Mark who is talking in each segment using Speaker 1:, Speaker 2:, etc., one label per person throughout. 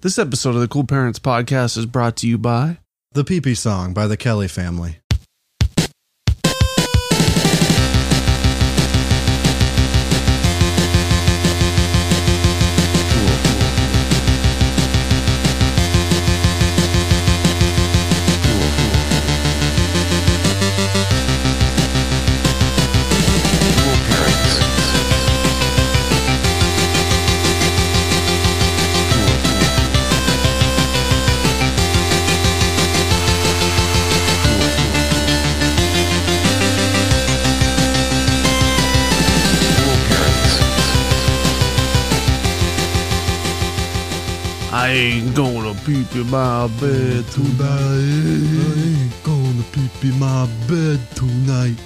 Speaker 1: This episode of the Cool Parents Podcast is brought to you by
Speaker 2: The Pee Pee Song by the Kelly Family.
Speaker 1: I ain't gonna pee pee my bed tonight.
Speaker 2: ain't gonna pee pee my bed tonight.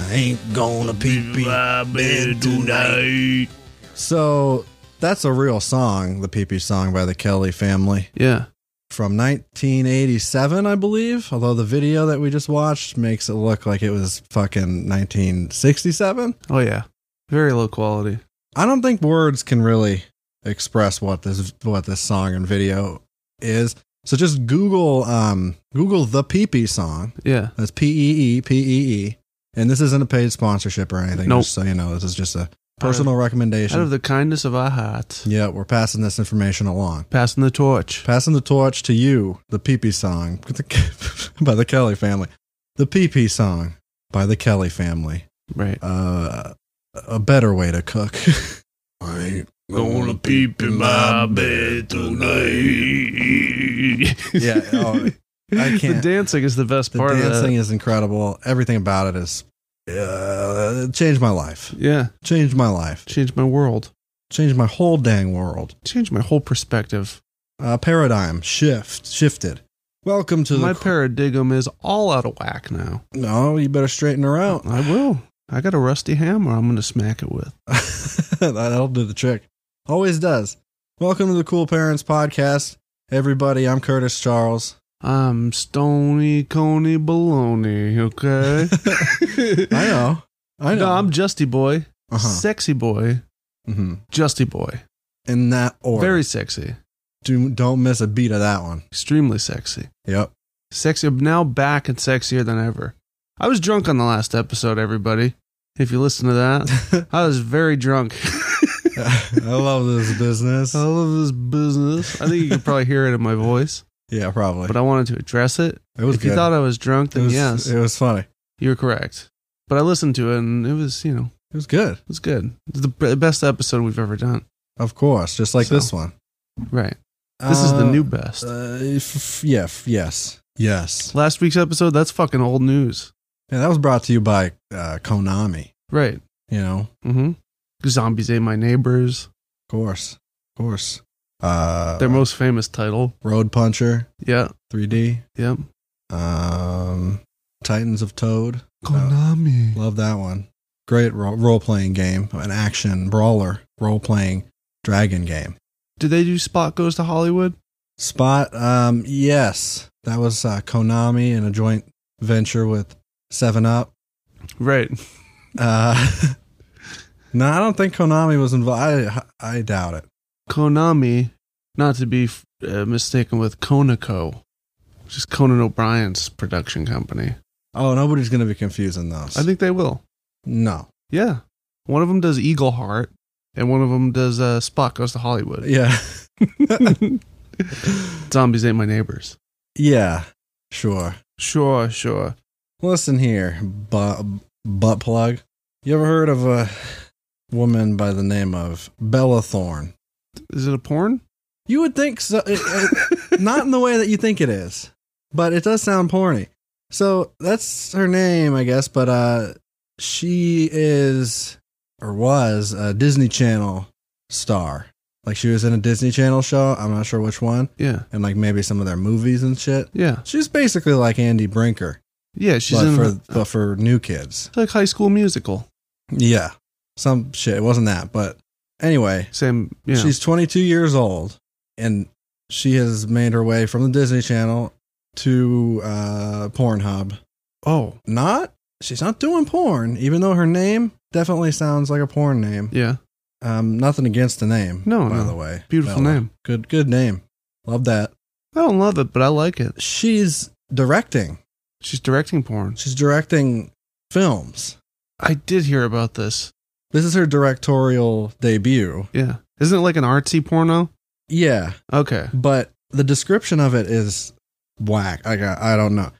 Speaker 2: I ain't gonna pee pee.
Speaker 1: My bed tonight.
Speaker 2: So that's a real song, The Pee Pee Song by the Kelly Family
Speaker 1: Yeah.
Speaker 2: from 1987, I believe. Although the video that we just watched makes it look like it was fucking 1967.
Speaker 1: Oh yeah. Very low quality.
Speaker 2: I don't think words can really express what this what this song and video is. So just Google um Google the pee pee song.
Speaker 1: Yeah.
Speaker 2: That's P E E P E E. And this isn't a paid sponsorship or anything.
Speaker 1: Nope.
Speaker 2: Just so you know, this is just a personal recommendation.
Speaker 1: Out of the kindness of our hearts,
Speaker 2: yeah, we're passing this information along.
Speaker 1: passing the torch.
Speaker 2: Passing the torch to you, the pee pee song by the Kelly family. The pee pee song by the Kelly family.
Speaker 1: Right.
Speaker 2: Uh, a better way to cook. I ain't
Speaker 1: Gonna pee pee my bed tonight.
Speaker 2: yeah. Oh, I
Speaker 1: The
Speaker 2: can't. The,
Speaker 1: dancing is the best part of
Speaker 2: dancing
Speaker 1: that.
Speaker 2: is incredible. Everything about it is uh, it changed my life.
Speaker 1: Yeah.
Speaker 2: Changed my life.
Speaker 1: Changed my world.
Speaker 2: Changed my whole dang world.
Speaker 1: Changed my whole perspective.
Speaker 2: Uh, paradigm shift shifted. Welcome to the
Speaker 1: My
Speaker 2: cl-
Speaker 1: paradigm is all out of whack now.
Speaker 2: no. You better straighten her out.
Speaker 1: I will. I got a rusty hammer I'm going to smack it with.
Speaker 2: That'll do the trick. Always does. Welcome to the Cool Parents Podcast, everybody. I'm Curtis Charles.
Speaker 1: I'm Stony Coney Baloney, okay?
Speaker 2: I know. I know.
Speaker 1: No, I'm Justy Boy.
Speaker 2: uh-huh.
Speaker 1: Sexy Boy.
Speaker 2: Mhm.
Speaker 1: Justy Boy.
Speaker 2: in that order.
Speaker 1: Very sexy.
Speaker 2: Do, don't miss a beat of that one.
Speaker 1: Extremely sexy.
Speaker 2: Yep.
Speaker 1: Sexy. Now back and sexier than ever. I was drunk on the last episode, everybody. If you listen to that, I was very drunk.
Speaker 2: I love this business.
Speaker 1: I love this business. I think you can probably hear it in my voice,
Speaker 2: Yeah, probably.
Speaker 1: but I wanted to address it.
Speaker 2: it was
Speaker 1: If you
Speaker 2: good.
Speaker 1: thought I was drunk,
Speaker 2: it
Speaker 1: then
Speaker 2: was,
Speaker 1: yes.
Speaker 2: it was funny.
Speaker 1: You're correct. But I listened to it and it was, you know,
Speaker 2: It was good.
Speaker 1: it was good. It's the b- best episode we've ever done.
Speaker 2: Of course, just like
Speaker 1: So,
Speaker 2: this one.
Speaker 1: Right. This is the
Speaker 2: Uh,
Speaker 1: new best.
Speaker 2: Uh, f- f- yeah. F- yes. Yes.
Speaker 1: Last week's episode, that's fucking old news.
Speaker 2: Yeah, that was brought to you by uh, Konami.
Speaker 1: Right.
Speaker 2: You know, of
Speaker 1: Mm hmm. Zombies Ate My Neighbors,
Speaker 2: course, of course. Uh,
Speaker 1: their most famous title.
Speaker 2: Road Puncher,
Speaker 1: Yeah.
Speaker 2: 3D.
Speaker 1: Yep.
Speaker 2: Um, Titans of Toad.
Speaker 1: Konami.
Speaker 2: Love that one. Great ro- role playing game, an action brawler role playing dragon game.
Speaker 1: Did they do Spot Goes to Hollywood?
Speaker 2: Spot, um, yes, that was uh, Konami in a joint venture with Seven Up.
Speaker 1: Right.
Speaker 2: Uh, no, I don't think Konami was involved. I, I doubt it.
Speaker 1: Konami, not to be f- uh, mistaken with Konako, which is Conan O'Brien's production company.
Speaker 2: Oh, nobody's going to be confusing those.
Speaker 1: I think they will.
Speaker 2: no.
Speaker 1: Yeah. One of them does Eagle Heart, and one of them does uh, Spot Goes to Hollywood.
Speaker 2: Yeah,
Speaker 1: Zombies Ain't My Neighbors.
Speaker 2: yeah, sure.
Speaker 1: Sure, sure.
Speaker 2: Listen here, bu- butt plug. You ever heard of a woman by the name of Bella Thorne?
Speaker 1: Is it a porn?
Speaker 2: You would think so. it- it- not in the way that you think it is, but it does sound porny. So that's her name, I guess. But uh, she is or was a Disney Channel star. Like she was in a Disney Channel show. I'm not sure which one,
Speaker 1: Yeah.
Speaker 2: and like maybe some of their movies and shit.
Speaker 1: Yeah.
Speaker 2: She's basically like Andy Brinker,
Speaker 1: Yeah, she's
Speaker 2: but
Speaker 1: in
Speaker 2: for
Speaker 1: uh,
Speaker 2: but for new kids.
Speaker 1: it's like high school musical.
Speaker 2: Yeah, some shit. It wasn't that, but anyway,
Speaker 1: Same yeah.
Speaker 2: She's 22 years old, and she has made her way from the Disney Channel to uh, Pornhub.
Speaker 1: oh.
Speaker 2: Not, she's not doing porn, even though her name definitely sounds like a porn name.
Speaker 1: Yeah.
Speaker 2: Um, nothing against the name.
Speaker 1: No,
Speaker 2: by
Speaker 1: no.
Speaker 2: the way,
Speaker 1: Beautiful
Speaker 2: Bella.
Speaker 1: name.
Speaker 2: Good, good name. Love that.
Speaker 1: I don't love it, but I like it.
Speaker 2: She's directing.
Speaker 1: She's directing porn.
Speaker 2: She's directing films.
Speaker 1: I did hear about this.
Speaker 2: This is her directorial debut.
Speaker 1: Yeah. Isn't it like an artsy porno?
Speaker 2: Yeah,
Speaker 1: Okay.
Speaker 2: but the description of it is whack. Like I, I don't know.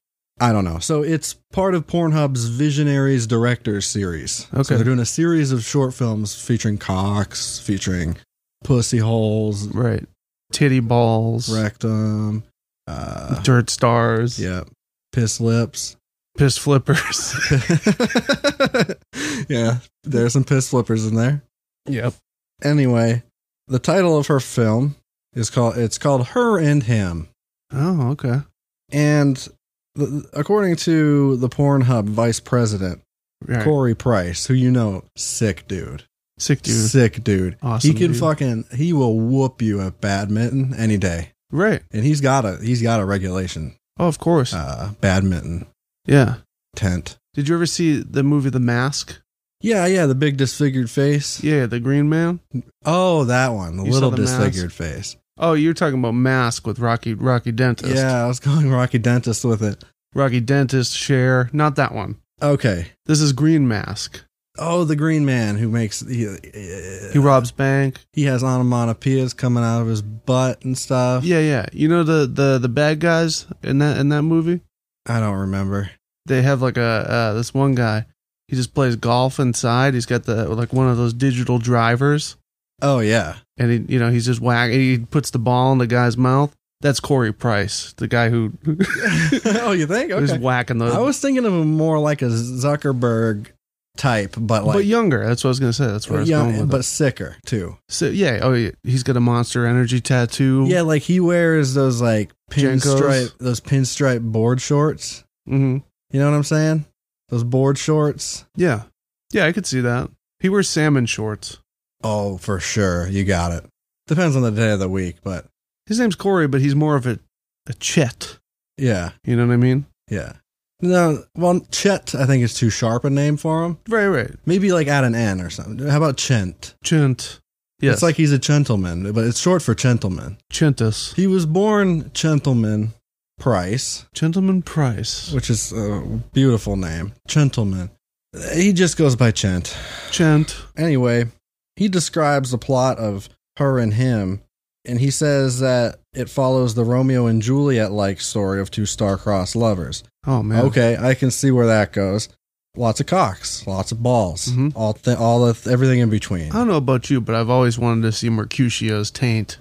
Speaker 2: I don't know. So it's part of Pornhub's Visionaries Directors series.
Speaker 1: Okay.
Speaker 2: So they're doing a series of short films featuring cocks, featuring pussy holes,
Speaker 1: Right. Titty balls.
Speaker 2: rectum, uh,
Speaker 1: Dirt stars.
Speaker 2: yeah, piss lips.
Speaker 1: Piss flippers.
Speaker 2: yeah, there's some piss flippers in there.
Speaker 1: yep.
Speaker 2: Anyway, the title of her film is called it's called Her and Him.
Speaker 1: Oh, okay.
Speaker 2: And th- according to the Pornhub vice president,
Speaker 1: Right.
Speaker 2: Corey Price, who you know, sick dude.
Speaker 1: Sick dude.
Speaker 2: Sick dude.
Speaker 1: Awesome.
Speaker 2: he can
Speaker 1: dude.
Speaker 2: fucking he will whoop you at badminton any day.
Speaker 1: Right.
Speaker 2: And he's got a he's got a regulation
Speaker 1: Oh, of course.
Speaker 2: uh badminton
Speaker 1: yeah.
Speaker 2: tent.
Speaker 1: Did you ever see the movie The Mask?
Speaker 2: Yeah, yeah, the big disfigured face.
Speaker 1: Yeah, the Green Man.
Speaker 2: Oh, that one, the
Speaker 1: You saw
Speaker 2: little
Speaker 1: the mask?
Speaker 2: disfigured face.
Speaker 1: Oh, you're talking about Mask with Rocky Rocky Dentist.
Speaker 2: Yeah, I was going Rocky Dentist with it.
Speaker 1: Rocky Dentist, Cher. Not that one.
Speaker 2: Okay.
Speaker 1: This is Green Mask.
Speaker 2: Oh, the green man who makes he,
Speaker 1: He robs bank.
Speaker 2: he has onomatopoeias coming out of his butt and stuff.
Speaker 1: Yeah, yeah. You know the the the bad guys in that in that movie?
Speaker 2: I don't remember.
Speaker 1: They have like a uh, this one guy. He just plays golf inside. He's got the like one of those digital drivers,
Speaker 2: Oh yeah.
Speaker 1: and he you know he's just whack. He puts the ball in the guy's mouth. That's Corey Price, the guy who
Speaker 2: oh, you think?
Speaker 1: who's
Speaker 2: Okay.
Speaker 1: whacking the
Speaker 2: I was thinking of him more like a Zuckerberg type, but like
Speaker 1: but younger. That's what I was gonna say. That's where I was going
Speaker 2: young,
Speaker 1: with
Speaker 2: but
Speaker 1: it.
Speaker 2: sicker too.
Speaker 1: So yeah, oh yeah, he's got a Monster Energy tattoo.
Speaker 2: Yeah, like he wears those like
Speaker 1: Jenkos.
Speaker 2: pinstripe those pinstripe board shorts.
Speaker 1: hmm
Speaker 2: You know what I'm saying? Those board shorts.
Speaker 1: yeah, yeah. I could see that. He wears salmon shorts.
Speaker 2: Oh, for sure. You got it. Depends on the day of the week, but
Speaker 1: His name's Corey, but he's more of a a chet.
Speaker 2: yeah.
Speaker 1: You know what I mean?
Speaker 2: Yeah. No, well, Chet, I think is too sharp a name for him.
Speaker 1: Right, right.
Speaker 2: Maybe like add an N or something. How about Chent?
Speaker 1: Chent. Yes.
Speaker 2: It's like he's a gentleman, but it's short for gentleman.
Speaker 1: Chentus.
Speaker 2: He was born Gentleman Price,
Speaker 1: Gentleman Price.
Speaker 2: which is a beautiful name. Gentleman. He just goes by Chent.
Speaker 1: Chent.
Speaker 2: Anyway, he describes the plot of her and him, and he says that it follows the Romeo and Juliet like story of two star-crossed lovers.
Speaker 1: Oh man.
Speaker 2: Okay, I can see where that goes. Lots of cocks, lots of balls,
Speaker 1: Mhm.
Speaker 2: all th- all the everything in between.
Speaker 1: I don't know about you, but I've always wanted to see Mercutio's taint.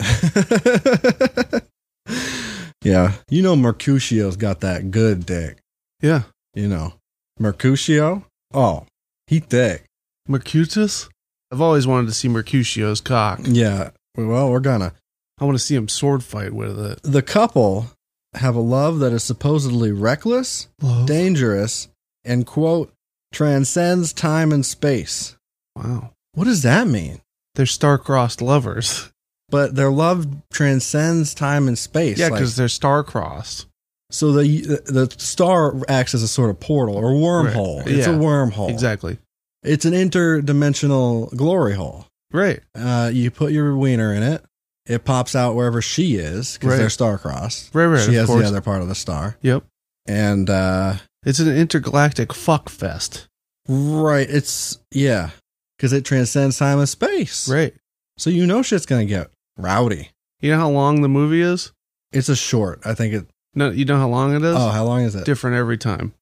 Speaker 2: yeah, you know Mercutio's got that good dick.
Speaker 1: Yeah.
Speaker 2: You know Mercutio. Oh, he thick.
Speaker 1: Mercutus? I've always wanted to see Mercutio's cock.
Speaker 2: Yeah. Well, we're gonna.
Speaker 1: I want to see him sword fight with it.
Speaker 2: The couple have a love that is supposedly reckless, dangerous, and quote transcends time and space.
Speaker 1: Wow.
Speaker 2: What does that mean?
Speaker 1: They're star-crossed lovers.
Speaker 2: but their love transcends time and space.
Speaker 1: yeah,
Speaker 2: Like,
Speaker 1: because they're star-crossed.
Speaker 2: so the the star acts as a sort of portal or wormhole.
Speaker 1: Right.
Speaker 2: It's a
Speaker 1: Yeah.
Speaker 2: wormhole.
Speaker 1: Exactly.
Speaker 2: It's an interdimensional glory hole.
Speaker 1: Right.
Speaker 2: Uh, you put your wiener in it. It pops out wherever she is because
Speaker 1: Right.
Speaker 2: they're star crossed.
Speaker 1: Right, right.
Speaker 2: She
Speaker 1: of
Speaker 2: has
Speaker 1: course.
Speaker 2: the other part of the star,
Speaker 1: Yep.
Speaker 2: and uh,
Speaker 1: It's an intergalactic fuck fest.
Speaker 2: right, it's yeah, because it transcends time and space.
Speaker 1: Right.
Speaker 2: So you know shit's gonna get rowdy.
Speaker 1: You know how long the movie is?
Speaker 2: It's a short. I think it.
Speaker 1: No, you know how long it is?
Speaker 2: Oh, how long is it?
Speaker 1: Different every time.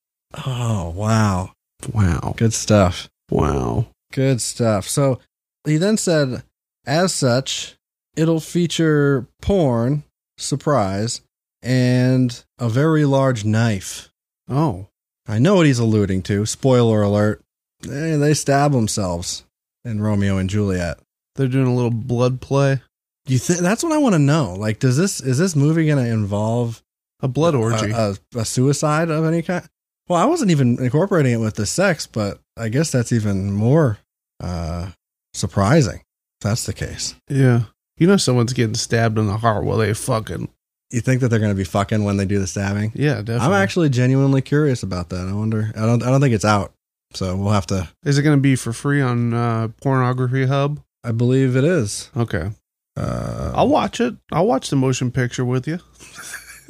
Speaker 2: Oh, wow,
Speaker 1: Wow.
Speaker 2: good stuff.
Speaker 1: Wow.
Speaker 2: Good stuff. So he then said, as such, it'll feature porn, surprise, and a very large knife.
Speaker 1: Oh.
Speaker 2: I know what he's alluding to. Spoiler alert. They, they stab themselves in Romeo and Juliet.
Speaker 1: They're doing a little blood play.
Speaker 2: You think that's what I want to know? Like, does this is this movie going to involve
Speaker 1: A blood
Speaker 2: a,
Speaker 1: orgy.
Speaker 2: a, a suicide of any kind? Well, I wasn't even incorporating it with the sex, but I guess that's even more uh, surprising. If that's the case.
Speaker 1: yeah. You know someone's getting stabbed in the heart while they fucking.
Speaker 2: you think that they're going to be fucking when they do the stabbing?
Speaker 1: Yeah, definitely.
Speaker 2: I'm actually genuinely curious about that. I wonder. I don't. I don't think it's out, so we'll have to.
Speaker 1: Is it going to be for free on uh, Pornography Hub?
Speaker 2: I believe it is.
Speaker 1: Okay.
Speaker 2: Uh,
Speaker 1: I'll watch it. I'll watch the motion picture with you.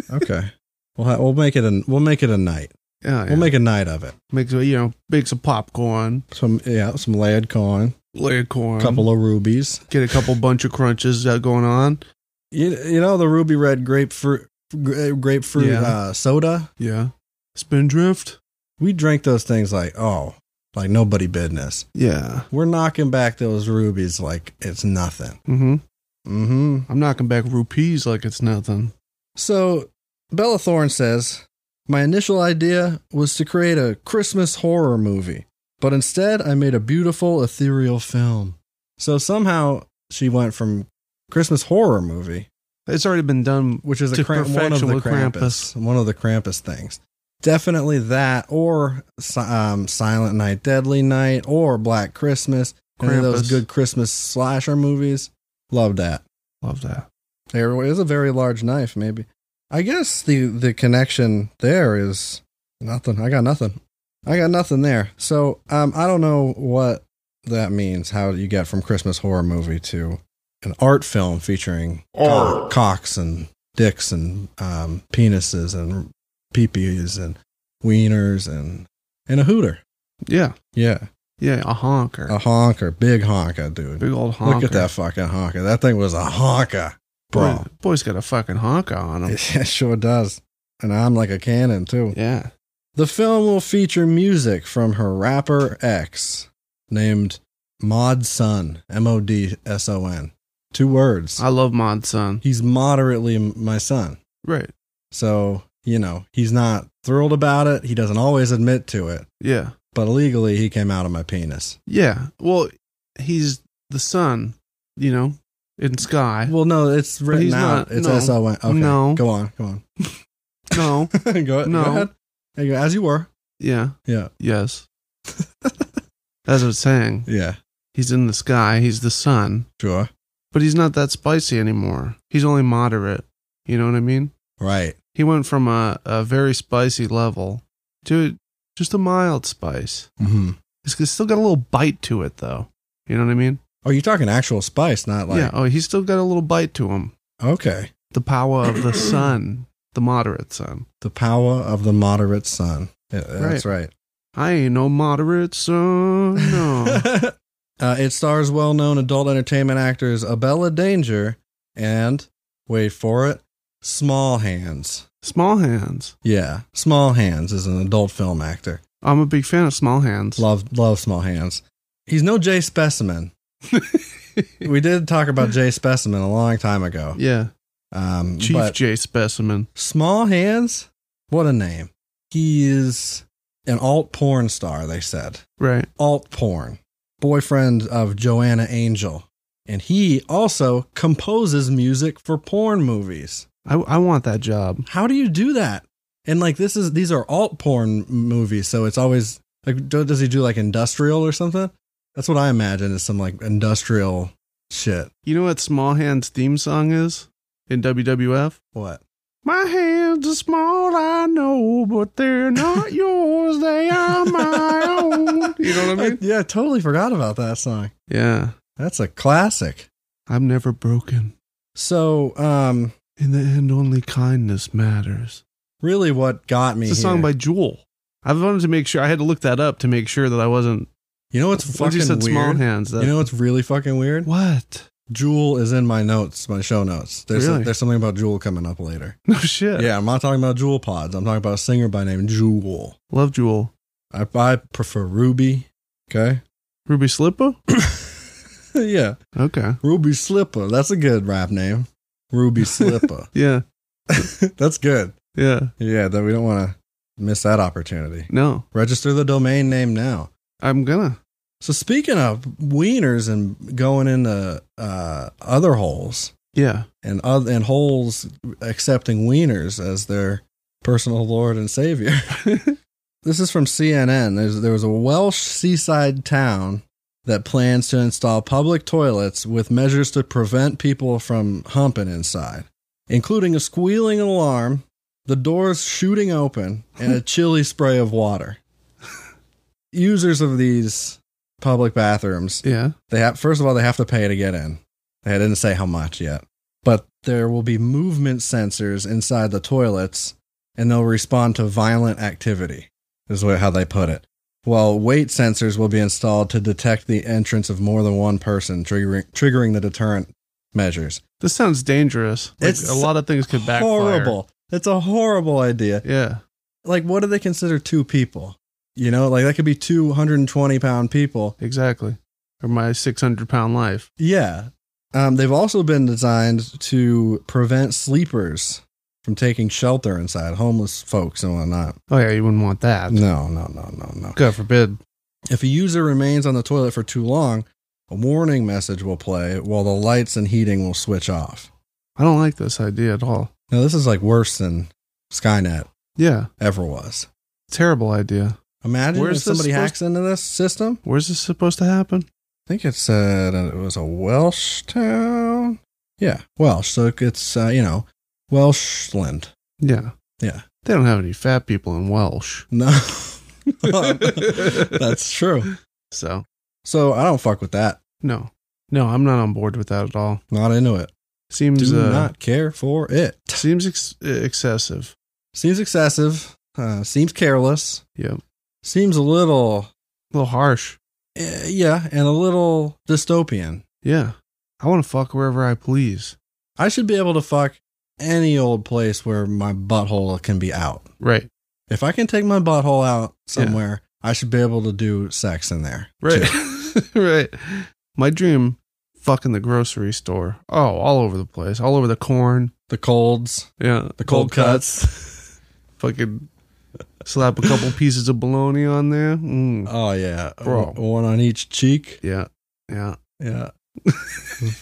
Speaker 2: okay. We'll ha- we'll make it a we'll make it a night.
Speaker 1: Yeah, yeah.
Speaker 2: We'll make a night of it.
Speaker 1: make you know make some popcorn,
Speaker 2: Some yeah, some lad corn,
Speaker 1: lay a corn,
Speaker 2: couple of rubies.
Speaker 1: get a couple bunch of crunches uh, going on.
Speaker 2: You, you know the ruby red grapefruit gra- grapefruit
Speaker 1: Yeah.
Speaker 2: uh, soda.
Speaker 1: Yeah, spindrift.
Speaker 2: We drank those things like oh like nobody business.
Speaker 1: Yeah.
Speaker 2: We're knocking back those rubies like it's nothing.
Speaker 1: Mm-hmm.
Speaker 2: Mm-hmm.
Speaker 1: I'm knocking back rupees like it's nothing.
Speaker 2: So Bella Thorne says, My initial idea was to create a Christmas horror movie, but instead I made a beautiful ethereal film. So somehow she went from Christmas horror movie,
Speaker 1: It's already been done.
Speaker 2: which is a
Speaker 1: To
Speaker 2: cramp one of
Speaker 1: perfection
Speaker 2: the
Speaker 1: with
Speaker 2: Krampus, one of the Krampus things. Definitely that, or Si- um, Silent Night, Deadly Night, or Black Christmas. Any of those
Speaker 1: Krampus.
Speaker 2: good Christmas slasher movies. Love that.
Speaker 1: Love that.
Speaker 2: There is a very large knife, maybe. I guess the the connection there is nothing. I got nothing. I got nothing there. So um, I don't know what that means. How you get from Christmas horror movie to an art film featuring co- cocks and dicks and um, penises and peepees and wieners and and a hooter.
Speaker 1: Yeah.
Speaker 2: Yeah,
Speaker 1: Yeah. A honker.
Speaker 2: a honker, big honker, dude.
Speaker 1: Big old honker.
Speaker 2: Look at that fucking honker. That thing was a honker, bro.
Speaker 1: Boy, boy's got a fucking honker on him.
Speaker 2: It sure does. And I'm like a cannon too.
Speaker 1: Yeah.
Speaker 2: The film will feature music from her rapper ex named Mod Son, M O D S O N. Two words.
Speaker 1: I love Mod Son.
Speaker 2: He's moderately m- my son.
Speaker 1: Right.
Speaker 2: So, you know, he's not thrilled about it. He doesn't always admit to it,
Speaker 1: Yeah.
Speaker 2: but legally he came out of my penis.
Speaker 1: Yeah. Well, he's the sun, you know, in sky.
Speaker 2: Well, no, it's written
Speaker 1: he's
Speaker 2: out.
Speaker 1: not-
Speaker 2: it's
Speaker 1: no.
Speaker 2: S O N. Okay.
Speaker 1: No.
Speaker 2: Go on. Go on.
Speaker 1: No.
Speaker 2: go,
Speaker 1: No.
Speaker 2: go ahead. There you go. As you were.
Speaker 1: Yeah.
Speaker 2: Yeah.
Speaker 1: Yes. That's what it's saying.
Speaker 2: Yeah.
Speaker 1: He's in the sky. He's the sun.
Speaker 2: Sure.
Speaker 1: But he's not that spicy anymore. He's only moderate. You know what I mean?
Speaker 2: Right.
Speaker 1: He went from a, a very spicy level to just a mild spice.
Speaker 2: hmm.
Speaker 1: It's, it's still got a little bite to it, though. You know what I mean?
Speaker 2: Oh, you're talking actual spice, not like
Speaker 1: yeah. Oh, he's still got a little bite to him.
Speaker 2: okay.
Speaker 1: The power of the sun, the moderate sun.
Speaker 2: The power of the moderate sun. Yeah, that's right.
Speaker 1: I ain't no moderate sun. Oh, No.
Speaker 2: uh, it stars well-known adult entertainment actors Abella Danger and wait for it, Small Hands.
Speaker 1: Small hands.
Speaker 2: Yeah, Small Hands is an adult film actor.
Speaker 1: I'm a big fan of small hands.
Speaker 2: Love love Small Hands. He's no Jay Specimen. we did talk about Jay Specimen a long time ago.
Speaker 1: Yeah.
Speaker 2: Um,
Speaker 1: Chief
Speaker 2: but-
Speaker 1: J specimen.
Speaker 2: Small Hands, what a name. He is an alt porn star, they said.
Speaker 1: Right.
Speaker 2: Alt porn. Boyfriend of Joanna Angel. And he also composes music for porn movies.
Speaker 1: I, I want that job.
Speaker 2: How do you do that? And like this is these are alt porn movies, so it's always like do- does he do like industrial or something? That's what I imagine is some like industrial shit.
Speaker 1: You know what Small Hands theme song is in WWF?
Speaker 2: What?
Speaker 1: My hands are small, I know, but they're not yours. They are my own. You know what I mean?
Speaker 2: yeah, I totally forgot about that song.
Speaker 1: Yeah.
Speaker 2: That's a classic.
Speaker 1: I'm never broken.
Speaker 2: So, um,
Speaker 1: In the end, only kindness matters.
Speaker 2: really, what got me?
Speaker 1: It's a song
Speaker 2: here-
Speaker 1: by Jewel. I wanted to make sure I had to look that up to make sure that I wasn't.
Speaker 2: you know what's
Speaker 1: Once
Speaker 2: fucking
Speaker 1: you said
Speaker 2: weird.
Speaker 1: small hands, uh, that,
Speaker 2: you know what's really fucking weird?
Speaker 1: what?
Speaker 2: Jewel is in my notes, my show notes. There's
Speaker 1: Really?
Speaker 2: there's something about Jewel coming up later.
Speaker 1: No shit.
Speaker 2: Yeah, I'm not talking about Jewel pods. I'm talking about a singer by name Jewel.
Speaker 1: Love Jewel.
Speaker 2: I I prefer Ruby. Okay.
Speaker 1: Ruby Slipper?
Speaker 2: yeah,
Speaker 1: Okay.
Speaker 2: Ruby Slipper. That's a good rap name. Ruby Slipper.
Speaker 1: Yeah.
Speaker 2: That's good.
Speaker 1: Yeah.
Speaker 2: Yeah, that we don't want to miss that opportunity.
Speaker 1: No.
Speaker 2: Register the domain name now.
Speaker 1: I'm gonna.
Speaker 2: So speaking of wieners and going into uh, other holes
Speaker 1: Yeah.
Speaker 2: and other and holes accepting wieners as their personal lord and savior. this is from CNN. There's, there was a Welsh seaside town that plans to install public toilets with measures to prevent people from humping inside, including a squealing alarm, the doors shooting open, and a chilly spray of water. Users of these public bathrooms
Speaker 1: Yeah.
Speaker 2: they have first of all they have to pay to get in. They I didn't say how much yet, but there will be movement sensors inside the toilets and they'll respond to violent activity, is what, how they put it. While weight sensors will be installed to detect the entrance of more than one person, triggering, triggering the deterrent measures.
Speaker 1: This sounds dangerous. Like,
Speaker 2: It's
Speaker 1: a lot of things could backfire.
Speaker 2: Horrible. It's a horrible idea.
Speaker 1: Yeah.
Speaker 2: Like, what do they consider two people? You know, like that could be 220 pound people.
Speaker 1: Exactly. Or my 600 pound life.
Speaker 2: Yeah. Um, they've also been designed to prevent sleepers from taking shelter inside, homeless folks and whatnot.
Speaker 1: Oh, yeah, you wouldn't want that.
Speaker 2: No, no, no, no, no.
Speaker 1: God forbid.
Speaker 2: If a user remains on the toilet for too long, a warning message will play while the lights and heating will switch off.
Speaker 1: I don't like this idea at all.
Speaker 2: Now, this is like worse than Skynet
Speaker 1: Yeah.
Speaker 2: ever was.
Speaker 1: Terrible idea.
Speaker 2: Imagine
Speaker 1: Where's
Speaker 2: if somebody
Speaker 1: this supposed-
Speaker 2: hacks into this system.
Speaker 1: Where's this supposed to happen?
Speaker 2: I think it said it was a Welsh town. Yeah, Welsh. So it's, uh, you know, Welshland.
Speaker 1: Yeah.
Speaker 2: Yeah.
Speaker 1: They don't have any fat people in Welsh.
Speaker 2: No. Um, That's true.
Speaker 1: So,
Speaker 2: So I don't fuck with that.
Speaker 1: no. No, I'm not on board with that at all.
Speaker 2: Not into it. Do
Speaker 1: Seems uh,
Speaker 2: not care for it.
Speaker 1: seems ex- excessive.
Speaker 2: Seems excessive. Uh, seems careless.
Speaker 1: Yep.
Speaker 2: Seems a little,
Speaker 1: A little harsh.
Speaker 2: eh, yeah, and a little dystopian.
Speaker 1: Yeah. I want to fuck wherever I please.
Speaker 2: I should be able to fuck any old place where my butthole can be out.
Speaker 1: Right.
Speaker 2: If I can take my butthole out somewhere, I should be able to do sex in there.
Speaker 1: Right.
Speaker 2: too.
Speaker 1: right. My dream fucking the grocery store. Oh, all over the place. All over the corn.
Speaker 2: The colds,
Speaker 1: Yeah.
Speaker 2: the cold, cuts.
Speaker 1: fucking slap a couple pieces of bologna on there. Mm.
Speaker 2: Oh yeah,
Speaker 1: Bro.
Speaker 2: One on each cheek.
Speaker 1: Yeah. Yeah.
Speaker 2: Yeah.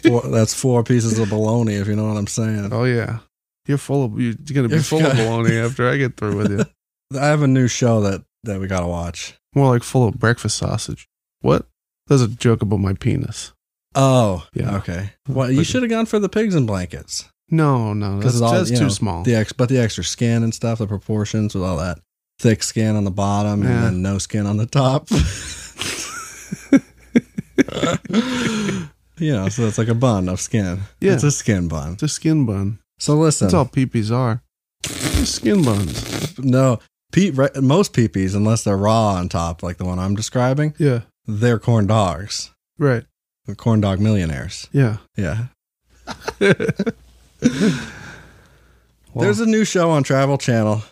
Speaker 2: four, that's four pieces of bologna, if you know what I'm saying.
Speaker 1: Oh yeah. You're full of you're gonna be
Speaker 2: You're
Speaker 1: full of
Speaker 2: fucking-
Speaker 1: bologna after I get through with you.
Speaker 2: I have a new show that that we gotta watch.
Speaker 1: More like full of breakfast sausage. What? That's a joke about my penis.
Speaker 2: Oh,
Speaker 1: Yeah.
Speaker 2: Okay. Well, you
Speaker 1: But-
Speaker 2: should have gone for the pigs and blankets.
Speaker 1: No, no,
Speaker 2: 'Cause
Speaker 1: that's,
Speaker 2: it's all,
Speaker 1: that's
Speaker 2: you
Speaker 1: too
Speaker 2: know,
Speaker 1: small.
Speaker 2: The ex, but the extra skin and stuff, the proportions with all that thick skin on the bottom
Speaker 1: Yeah.
Speaker 2: and then no skin on the top. you know, so it's like a bun of skin.
Speaker 1: Yeah.
Speaker 2: It's a skin bun.
Speaker 1: It's a skin bun.
Speaker 2: So listen,
Speaker 1: That's all peepees are. Skin buns.
Speaker 2: no, pe- re- most peepees, unless they're raw on top, like the one I'm describing,
Speaker 1: Yeah.
Speaker 2: they're corn dogs.
Speaker 1: Right.
Speaker 2: The corn dog millionaires.
Speaker 1: Yeah.
Speaker 2: Yeah.
Speaker 1: Well,
Speaker 2: There's a new show on Travel Channel.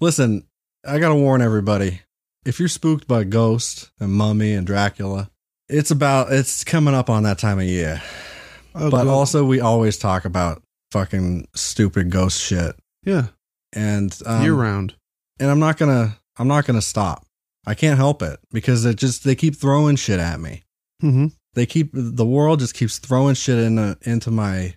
Speaker 2: Listen, I gotta warn everybody. If you're spooked by Ghost and Mummy and Dracula, it's about it's coming up on that time of year.
Speaker 1: oh,
Speaker 2: but
Speaker 1: good.
Speaker 2: also we always talk about fucking stupid ghost shit.
Speaker 1: yeah,
Speaker 2: And um,
Speaker 1: year round.
Speaker 2: and I'm not gonna I'm not gonna stop. I can't help it because it just they keep throwing shit at me.
Speaker 1: Mm-hmm.
Speaker 2: They keep the world just keeps throwing shit in into my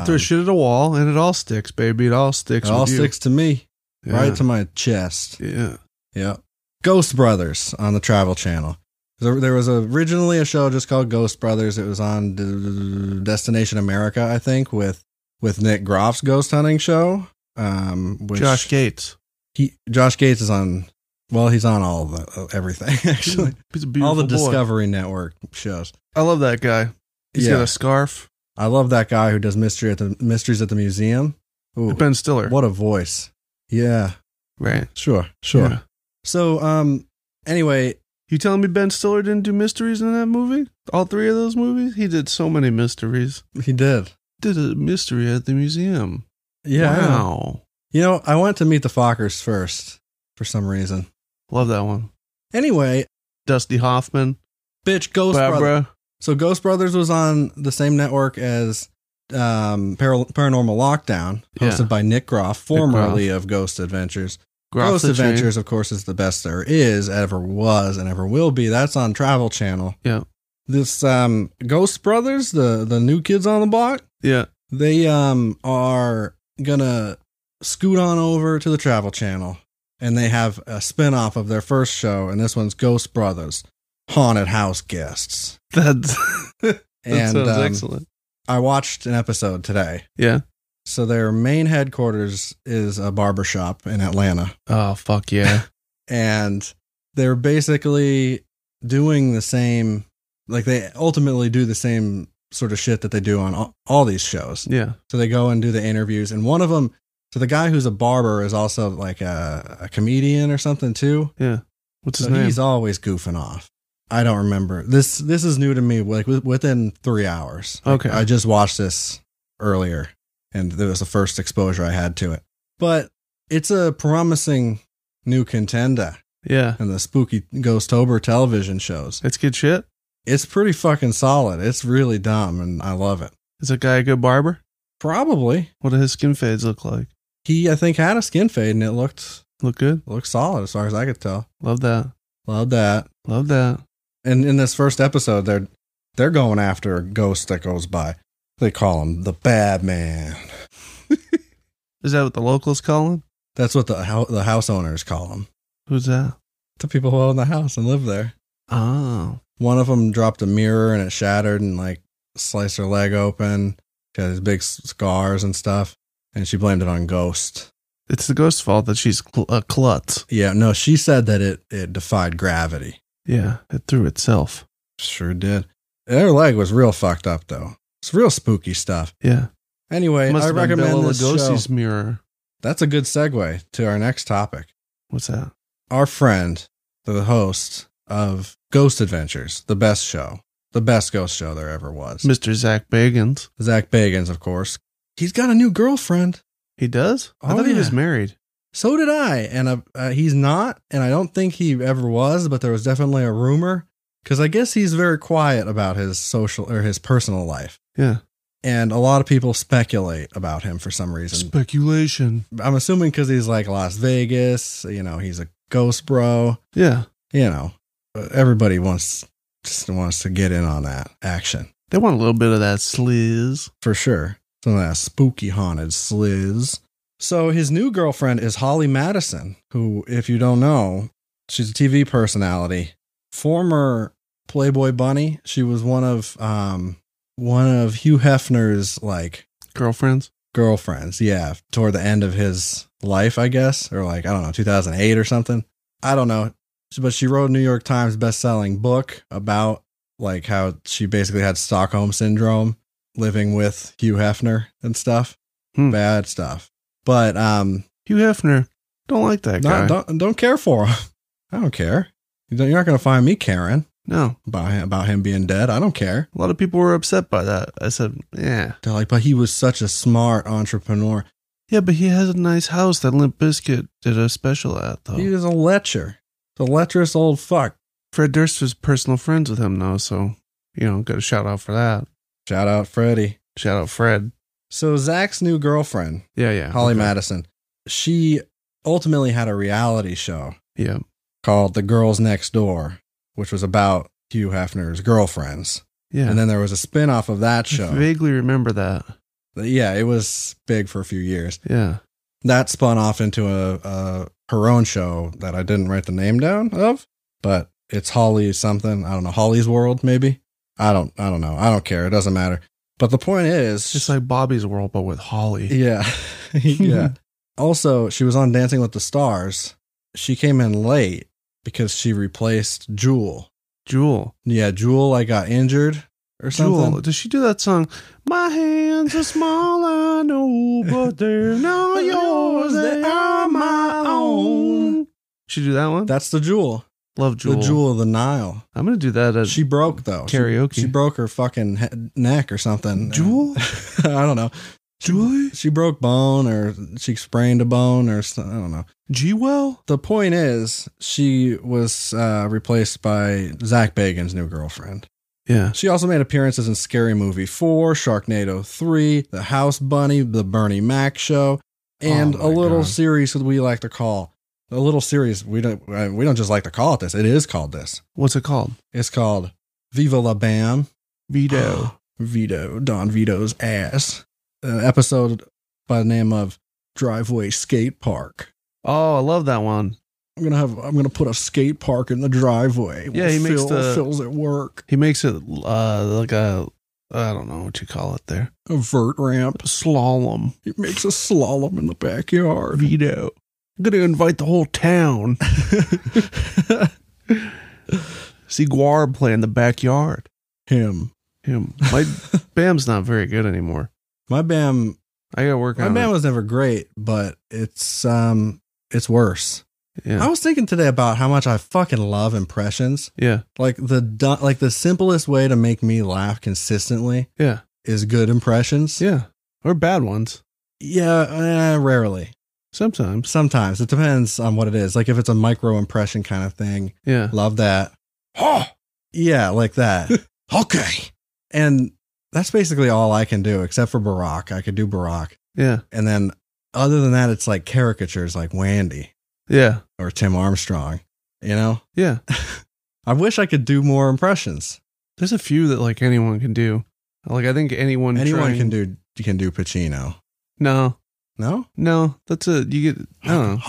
Speaker 1: I throw shit at a wall, and it all sticks, baby. It all sticks.
Speaker 2: it all
Speaker 1: with you.
Speaker 2: sticks to me,
Speaker 1: Yeah.
Speaker 2: right to my chest.
Speaker 1: yeah.
Speaker 2: Yeah. Ghost Brothers on the Travel Channel. There, there was originally a show just called Ghost Brothers. It was on D- Destination America, I think, with with Nick Groff's ghost hunting show. Um, which
Speaker 1: Josh Gates.
Speaker 2: he, Josh Gates is on. Well, he's on all the everything actually.
Speaker 1: He's a beautiful
Speaker 2: all the
Speaker 1: boy.
Speaker 2: Discovery Network shows.
Speaker 1: I love that guy. He's got
Speaker 2: yeah,
Speaker 1: a scarf.
Speaker 2: I love that guy who does mystery at the mysteries at the museum. Ooh,
Speaker 1: Ben Stiller.
Speaker 2: what a voice! Yeah,
Speaker 1: Right.
Speaker 2: sure, sure.
Speaker 1: Yeah.
Speaker 2: So, um, anyway,
Speaker 1: You telling me Ben Stiller didn't do mysteries in that movie? All three of those movies? He did so many mysteries.
Speaker 2: he did.
Speaker 1: Did a mystery at the museum.
Speaker 2: Yeah, I know.
Speaker 1: Wow.
Speaker 2: You know, I went to meet the Fockers first for some reason.
Speaker 1: Love that one.
Speaker 2: Anyway,
Speaker 1: Dusty Hoffman.
Speaker 2: bitch, Ghost Brothers.
Speaker 1: Barbara.
Speaker 2: So Ghost Brothers was on the same network as um, Paral- Paranormal Lockdown, hosted
Speaker 1: Yeah.
Speaker 2: by Nick Groff, formerly of Ghost Adventures.
Speaker 1: Groff
Speaker 2: Ghost
Speaker 1: the Tree.
Speaker 2: Adventures, of course, is the best there is, ever was, and ever will be. That's on Travel Channel.
Speaker 1: Yeah.
Speaker 2: This um, Ghost Brothers, the the new kids on the block,
Speaker 1: Yeah.
Speaker 2: they um are gonna scoot on over to the travel channel and they have a spin-off of their first show and this one's ghost brothers haunted house guests
Speaker 1: That's, that
Speaker 2: and
Speaker 1: sounds
Speaker 2: um,
Speaker 1: excellent.
Speaker 2: i watched an episode today
Speaker 1: Yeah.
Speaker 2: so their main headquarters is a barbershop in atlanta
Speaker 1: Oh, fuck yeah.
Speaker 2: and they're basically doing the same like they ultimately do the same sort of shit that they do on all, all these shows.
Speaker 1: Yeah.
Speaker 2: So they go and do the interviews, and one of them, so the guy who's a barber is also like a, a comedian or something too.
Speaker 1: Yeah. What's his
Speaker 2: so
Speaker 1: name?
Speaker 2: he's always goofing off. I don't remember this. This is new to me. Like wi- within three hours. Like,
Speaker 1: Okay.
Speaker 2: I just watched this earlier, and it was the first exposure I had to it. But it's a promising new contender
Speaker 1: yeah.
Speaker 2: in the spooky Ghostober television shows.
Speaker 1: That's good shit.
Speaker 2: It's pretty fucking solid. It's really dumb, and I love it.
Speaker 1: Is that guy a good barber?
Speaker 2: Probably
Speaker 1: What do his skin fades look like?
Speaker 2: he, I think, had a skin fade, and it looked
Speaker 1: Look good?
Speaker 2: looked solid as far as I could tell.
Speaker 1: Love that.
Speaker 2: Love that.
Speaker 1: Love that.
Speaker 2: And in this first episode, they're they're going after a ghost that goes by. They call him the Bad Man.
Speaker 1: Is that what the locals call him?
Speaker 2: That's what the hou- the house owners call him.
Speaker 1: Who's that?
Speaker 2: The people who own the house and live there.
Speaker 1: Oh.
Speaker 2: One of them dropped a mirror and it shattered and like sliced her leg open. She had these big s- scars and stuff, and she blamed it on ghost.
Speaker 1: It's the ghost's fault that she's cl- a klutz.
Speaker 2: Yeah, no, she said that it it defied gravity.
Speaker 1: Yeah. It threw itself.
Speaker 2: Sure did. Her leg was real fucked up though. It's real spooky stuff.
Speaker 1: Yeah.
Speaker 2: Anyway,
Speaker 1: Must
Speaker 2: I
Speaker 1: have been
Speaker 2: recommend
Speaker 1: Bela
Speaker 2: this show.
Speaker 1: Lugosi's mirror.
Speaker 2: That's a good segue to our next topic.
Speaker 1: What's that?
Speaker 2: Our friend, the host of Ghost Adventures, the best show, the best ghost show there ever was.
Speaker 1: Mr. Zach Bagans.
Speaker 2: Zach Bagans, of course. He's got a new girlfriend.
Speaker 1: He does? I
Speaker 2: Oh,
Speaker 1: thought he
Speaker 2: yeah.
Speaker 1: was married.
Speaker 2: So did I, and uh, uh, he's not, and I don't think he ever was, but there was definitely a rumor because I guess he's very quiet about his social or his personal life,
Speaker 1: Yeah.
Speaker 2: and a lot of people speculate about him for some reason.
Speaker 1: Speculation.
Speaker 2: I'm assuming because he's like Las Vegas, you know, he's a ghost bro,
Speaker 1: Yeah.
Speaker 2: you know, uh, everybody wants just wants to get in on that action
Speaker 1: They want a little bit of that sliz.
Speaker 2: for sure. Some of that spooky haunted sliz. So his new girlfriend is Holly Madison, who, if you don't know, she's a TV personality, former Playboy bunny. She was one of um one of Hugh Hefner's like
Speaker 1: Girlfriends?
Speaker 2: girlfriends. Yeah, toward the end of his life, I guess, or like I don't know, 2008 or something. I don't know. But she wrote a New York Times best-selling book about like how she basically had Stockholm syndrome, living with Hugh Hefner and stuff.
Speaker 1: Hmm.
Speaker 2: Bad stuff. But um,
Speaker 1: Hugh Hefner. Don't like that guy.
Speaker 2: not, don't don't care for him. I don't care. You don't, you're not going to find me caring
Speaker 1: No.
Speaker 2: about him, about him being dead. I don't care.
Speaker 1: A lot of people were upset by that. I said, yeah.
Speaker 2: They're like, but he was such a smart entrepreneur.
Speaker 1: Yeah, but he has a nice house that Limp Bizkit did a special at, though.
Speaker 2: He was a lecher, the lecherous old fuck.
Speaker 1: Fred Durst was personal friends with him, though, so, you know, got a shout out for that.
Speaker 2: Shout out Freddie.
Speaker 1: Shout out Fred.
Speaker 2: So Zach's new girlfriend,
Speaker 1: Yeah, yeah.
Speaker 2: Holly
Speaker 1: Oh, okay.
Speaker 2: Madison, she ultimately had a reality show
Speaker 1: Yeah.
Speaker 2: called The Girls Next Door, which was about Hugh Hefner's girlfriends.
Speaker 1: Yeah.
Speaker 2: And then there was a spin-off of that
Speaker 1: I
Speaker 2: show.
Speaker 1: vaguely remember that.
Speaker 2: Yeah, it was big for a few years.
Speaker 1: Yeah.
Speaker 2: That spun off into a, a her own show that I didn't write the name down of, but it's Holly something. I don't know, Holly's World maybe. I don't I don't know. I don't care. It doesn't matter. But the point is
Speaker 1: It's just like Bobby's World, but with Holly.
Speaker 2: Yeah. yeah. Also, she was on Dancing with the Stars. She came in late because she replaced Jewel.
Speaker 1: Jewel.
Speaker 2: Yeah, Jewel I got injured or something.
Speaker 1: Jewel, does she do that song? My hands are small, I know, but they're not yours. They are my own. She do that one?
Speaker 2: That's the Jewel.
Speaker 1: Love Jewel.
Speaker 2: The Jewel of the Nile.
Speaker 1: I'm gonna do that as
Speaker 2: She broke though. She-
Speaker 1: karaoke.
Speaker 2: She, broke her fucking he- neck or something.
Speaker 1: Jewel?
Speaker 2: I don't know.
Speaker 1: Julie
Speaker 2: She broke bone or she sprained a bone or something. I don't know.
Speaker 1: G Well.
Speaker 2: The point is, she was uh, replaced by Zach Bagan's new girlfriend.
Speaker 1: Yeah,
Speaker 2: She also made appearances in Scary Movie 4, Sharknado 3, The House Bunny, The Bernie Mac Show, and
Speaker 1: Oh
Speaker 2: a
Speaker 1: my
Speaker 2: little
Speaker 1: God.
Speaker 2: series that we like to call a little series we don't uh, we don't just like to call it this. It is called this.
Speaker 1: what's it called?
Speaker 2: It's called Viva la Bam.
Speaker 1: Vito.
Speaker 2: Vito Don Vito's ass. An episode by the name of Driveway Skate Park.
Speaker 1: oh, I love that one.
Speaker 2: I'm gonna have I'm gonna put a skate park in the driveway.
Speaker 1: Yeah, he makes the-
Speaker 2: Phil's at work.
Speaker 1: He makes it uh, like a I don't know what you call it there.
Speaker 2: A vert ramp.
Speaker 1: Slalom.
Speaker 2: He makes a slalom in the backyard.
Speaker 1: Vito. I'm gonna invite the whole town. See Guar play in the backyard.
Speaker 2: him.
Speaker 1: Yeah, my BAM's not very good anymore.
Speaker 2: My bam,
Speaker 1: I gotta work
Speaker 2: my
Speaker 1: on
Speaker 2: bam
Speaker 1: it.
Speaker 2: was never great, but it's um, it's worse. I
Speaker 1: Yeah,
Speaker 2: was thinking today about how much I fucking love impressions.
Speaker 1: yeah,
Speaker 2: Like the du- like the simplest way to make me laugh consistently
Speaker 1: yeah,
Speaker 2: is good impressions.
Speaker 1: yeah. Or bad ones
Speaker 2: Yeah, eh, rarely.
Speaker 1: sometimes.
Speaker 2: Sometimes it depends on what it is. Like if it's a micro impression kind of thing,
Speaker 1: Yeah,
Speaker 2: love that. Oh, yeah, like that. okay, and that's basically all I can do except for Barack. I could do Barack,
Speaker 1: yeah,
Speaker 2: and then other than that, it's like caricatures like Wandy
Speaker 1: yeah,
Speaker 2: or Tim Armstrong. You know,
Speaker 1: yeah.
Speaker 2: I wish I could do more impressions.
Speaker 1: There's a few that like anyone can do. Like I think anyone
Speaker 2: Anyone
Speaker 1: trying-
Speaker 2: can do can do Pacino.
Speaker 1: No,
Speaker 2: No,
Speaker 1: no, that's a you get. I don't know.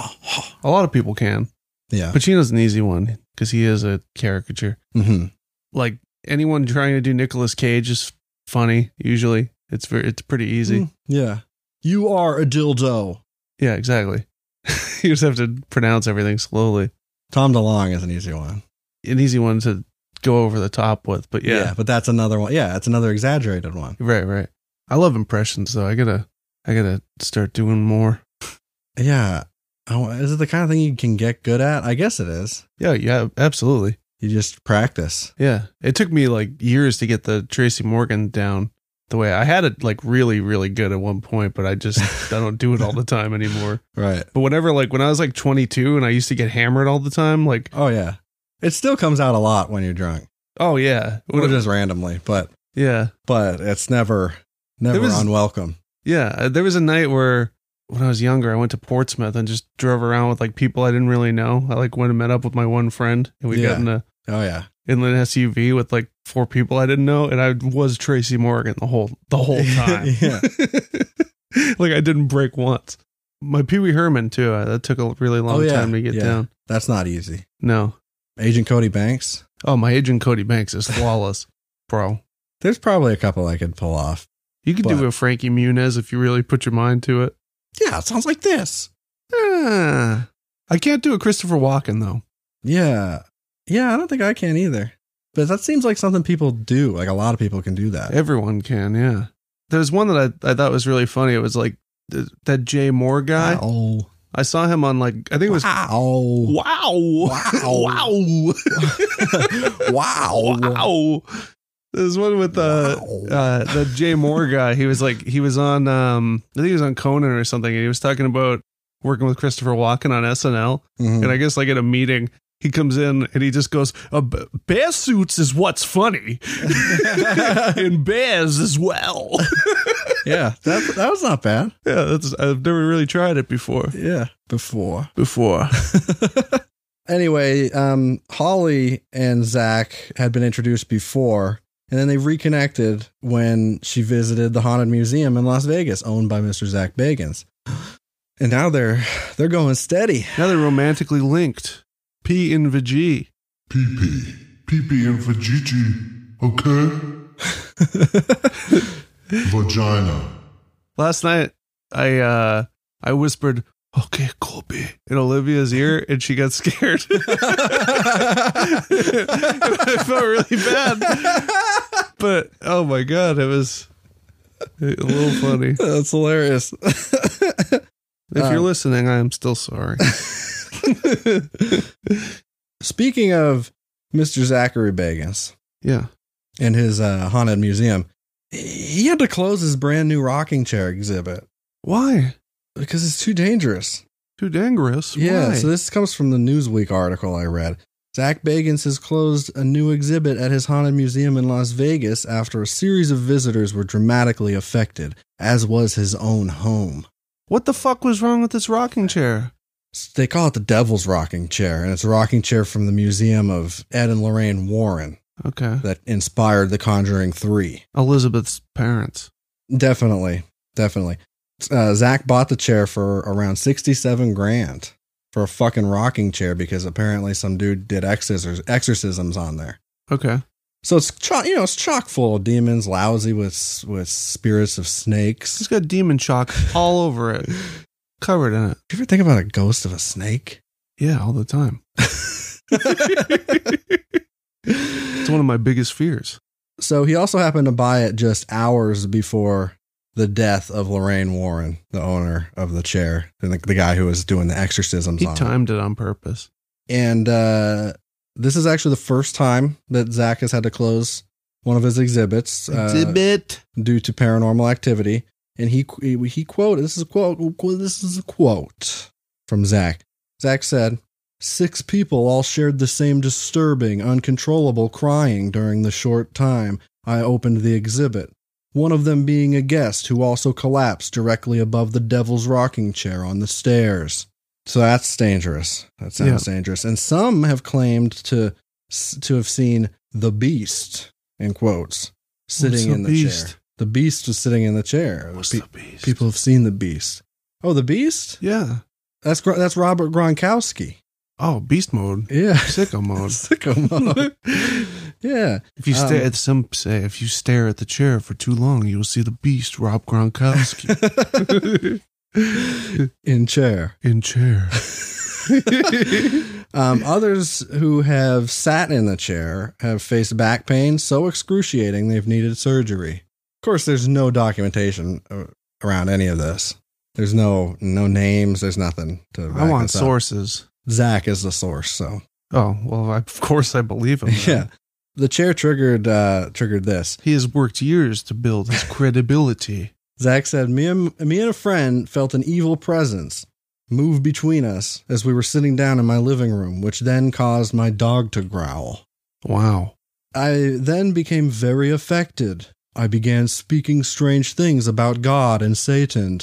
Speaker 1: A lot of people can.
Speaker 2: yeah.
Speaker 1: Pacino's an easy one because he is a caricature.
Speaker 2: hmm
Speaker 1: Like anyone trying to do Nicolas Cage is funny. Usually, it's very it's pretty easy.
Speaker 2: Mm, Hmm. Yeah. You are a dildo.
Speaker 1: Yeah, exactly. you just have to pronounce everything slowly.
Speaker 2: Tom DeLong is an easy one.
Speaker 1: An easy one to go over the top with, but yeah,
Speaker 2: but that's another one. Yeah, it's another exaggerated one.
Speaker 1: right, right. I love impressions though. I gotta, I gotta start doing more.
Speaker 2: Yeah. Oh, is it the kind of thing you can get good at? I guess it is.
Speaker 1: Yeah, yeah, absolutely.
Speaker 2: You just practice.
Speaker 1: Yeah, it took me like years to get the Tracy Morgan down the way I had it like really, really good at one point, but I just I don't do it all the time anymore.
Speaker 2: Right.
Speaker 1: But whenever like when I was like 22 and I used to get hammered all the time, like
Speaker 2: Oh, yeah. It still comes out a lot when you're drunk
Speaker 1: oh yeah,
Speaker 2: or just randomly, but
Speaker 1: yeah,
Speaker 2: but it's never never
Speaker 1: was-
Speaker 2: unwelcome.
Speaker 1: Yeah, uh, there was a night where when I was younger, I went to Portsmouth and just drove around with like people I didn't really know. I like went and met up with my one friend, and we
Speaker 2: Yeah.
Speaker 1: got in a
Speaker 2: Oh, yeah.
Speaker 1: in an SUV with like four people I didn't know, and I was Tracy Morgan the whole the whole time.
Speaker 2: Yeah.
Speaker 1: like I didn't break once. My Pee Wee Herman too. uh, That took a really long
Speaker 2: Oh, yeah.
Speaker 1: time to get
Speaker 2: Yeah.
Speaker 1: down.
Speaker 2: That's not easy.
Speaker 1: No.
Speaker 2: Agent Cody Banks.
Speaker 1: Oh, my agent Cody Banks is flawless, bro.
Speaker 2: There's probably a couple I could pull off.
Speaker 1: You could
Speaker 2: But-
Speaker 1: do a Frankie Muniz if you really put your mind to it.
Speaker 2: Yeah, it sounds like this.
Speaker 1: Ah. I can't do a Christopher Walken though.
Speaker 2: Yeah. Yeah, I don't think I can either. But that seems like something people do. Like a lot of people can do that.
Speaker 1: Everyone can, yeah. There's one that I, I thought was really funny. It was like th- that Jay Moore guy.
Speaker 2: Oh.
Speaker 1: I saw him on like I think it was
Speaker 2: Wow.
Speaker 1: wow,
Speaker 2: Wow.
Speaker 1: wow,
Speaker 2: Wow.
Speaker 1: wow. There's one with uh,
Speaker 2: Wow.
Speaker 1: uh the Jay Moore guy. He was like he was on um I think he was on Conan or something, and he was talking about working with Christopher Walken on SNL.
Speaker 2: Mhm.
Speaker 1: And I guess like at a meeting, he comes in and he just goes, uh, b- "Bear suits is what's funny, and bears as well."
Speaker 2: yeah, that that was not bad.
Speaker 1: Yeah, that's I've never really tried it before.
Speaker 2: Yeah, before.
Speaker 1: Before.
Speaker 2: Anyway, um, Holly and Zach had been introduced before, and then they reconnected when she visited the haunted museum in Las Vegas, owned by Mr. Zach Bagans. And now they're they're going steady.
Speaker 1: Now they're romantically linked. P and the G.
Speaker 3: PP. PP and for Gigi. Okay? Vagina.
Speaker 1: Last night I uh I whispered, Okay, Colby in Olivia's ear and she got scared. I felt really bad. But oh my god, it was a little funny.
Speaker 2: That's hilarious.
Speaker 1: If
Speaker 2: Um,
Speaker 1: you're listening, I am still sorry.
Speaker 2: Speaking of Mr. Zachary Bagans
Speaker 1: Yeah.
Speaker 2: and his uh, haunted museum, he had to close his brand new rocking chair exhibit
Speaker 1: Why?
Speaker 2: because it's too dangerous.
Speaker 1: Too dangerous.
Speaker 2: Yeah,
Speaker 1: Why?
Speaker 2: so this comes from the Newsweek article I read. Zach Bagans has closed a new exhibit at his haunted museum in Las Vegas after a series of visitors were dramatically affected, as was his own home.
Speaker 1: what the fuck was wrong with this rocking chair?
Speaker 2: They call it the Devil's Rocking Chair, and it's a rocking chair from the museum of Ed and Lorraine Warren
Speaker 1: Okay.
Speaker 2: that inspired The Conjuring 3.
Speaker 1: Elizabeth's parents.
Speaker 2: Definitely, definitely. Uh, Zach bought the chair for around sixty-seven grand for a fucking rocking chair because apparently some dude did exorcisms, exorcisms on there.
Speaker 1: Okay.
Speaker 2: So it's cho- you know it's chock full of demons, lousy with with spirits of snakes.
Speaker 1: It's got demon chalk all over it, covered in it.
Speaker 2: Do you ever think about a ghost of a snake?
Speaker 1: Yeah, all the time. It's one of my biggest fears.
Speaker 2: So he also happened to buy it just hours before the death of Lorraine Warren, the owner of the chair and the, the guy who was doing the exorcisms
Speaker 1: He
Speaker 2: on. it.
Speaker 1: timed it on purpose.
Speaker 2: And uh, this is actually the first time that Zach has had to close one of his exhibits uh,
Speaker 1: Exhibit.
Speaker 2: due to paranormal activity. And he he quoted this is a quote this is a quote from Zach. Zach said, Six people all shared the same disturbing, uncontrollable crying during the short time I opened the exhibit. One of them being a guest who also collapsed directly above the devil's rocking chair on the stairs. So that's dangerous. That sounds dangerous. And some have claimed to to have seen the beast in quotes sitting
Speaker 1: the
Speaker 2: in the
Speaker 1: beast?
Speaker 2: chair. The beast was sitting in the chair.
Speaker 1: What's
Speaker 2: Pe-
Speaker 1: the beast?
Speaker 2: people have seen the beast. Oh, the beast?
Speaker 1: Yeah.
Speaker 2: That's Gro- that's Robert Gronkowski.
Speaker 1: Oh, beast mode.
Speaker 2: Yeah.
Speaker 1: Sicko mode.
Speaker 2: Sicko mode. yeah.
Speaker 1: If you stare
Speaker 2: Um,
Speaker 1: at some say, if you stare at the chair for too long, you will see the beast Rob Gronkowski
Speaker 2: In chair.
Speaker 1: in chair.
Speaker 2: um, others who have sat in the chair have faced back pain so excruciating they've needed surgery. Of course, there's no documentation uh, around any of this. There's no no names. There's nothing to.
Speaker 1: I
Speaker 2: back
Speaker 1: want
Speaker 2: this up.
Speaker 1: sources.
Speaker 2: Zach is the source. So
Speaker 1: Oh well, I, of course I believe him. then.
Speaker 2: yeah, the chair triggered uh, triggered this.
Speaker 1: he has worked years to build his credibility.
Speaker 2: Zach said, me and, me and a friend felt an evil presence move between us as we were sitting down in my living room, which then caused my dog to growl.
Speaker 1: Wow.
Speaker 2: I then became very affected. I began speaking strange things about God and Satan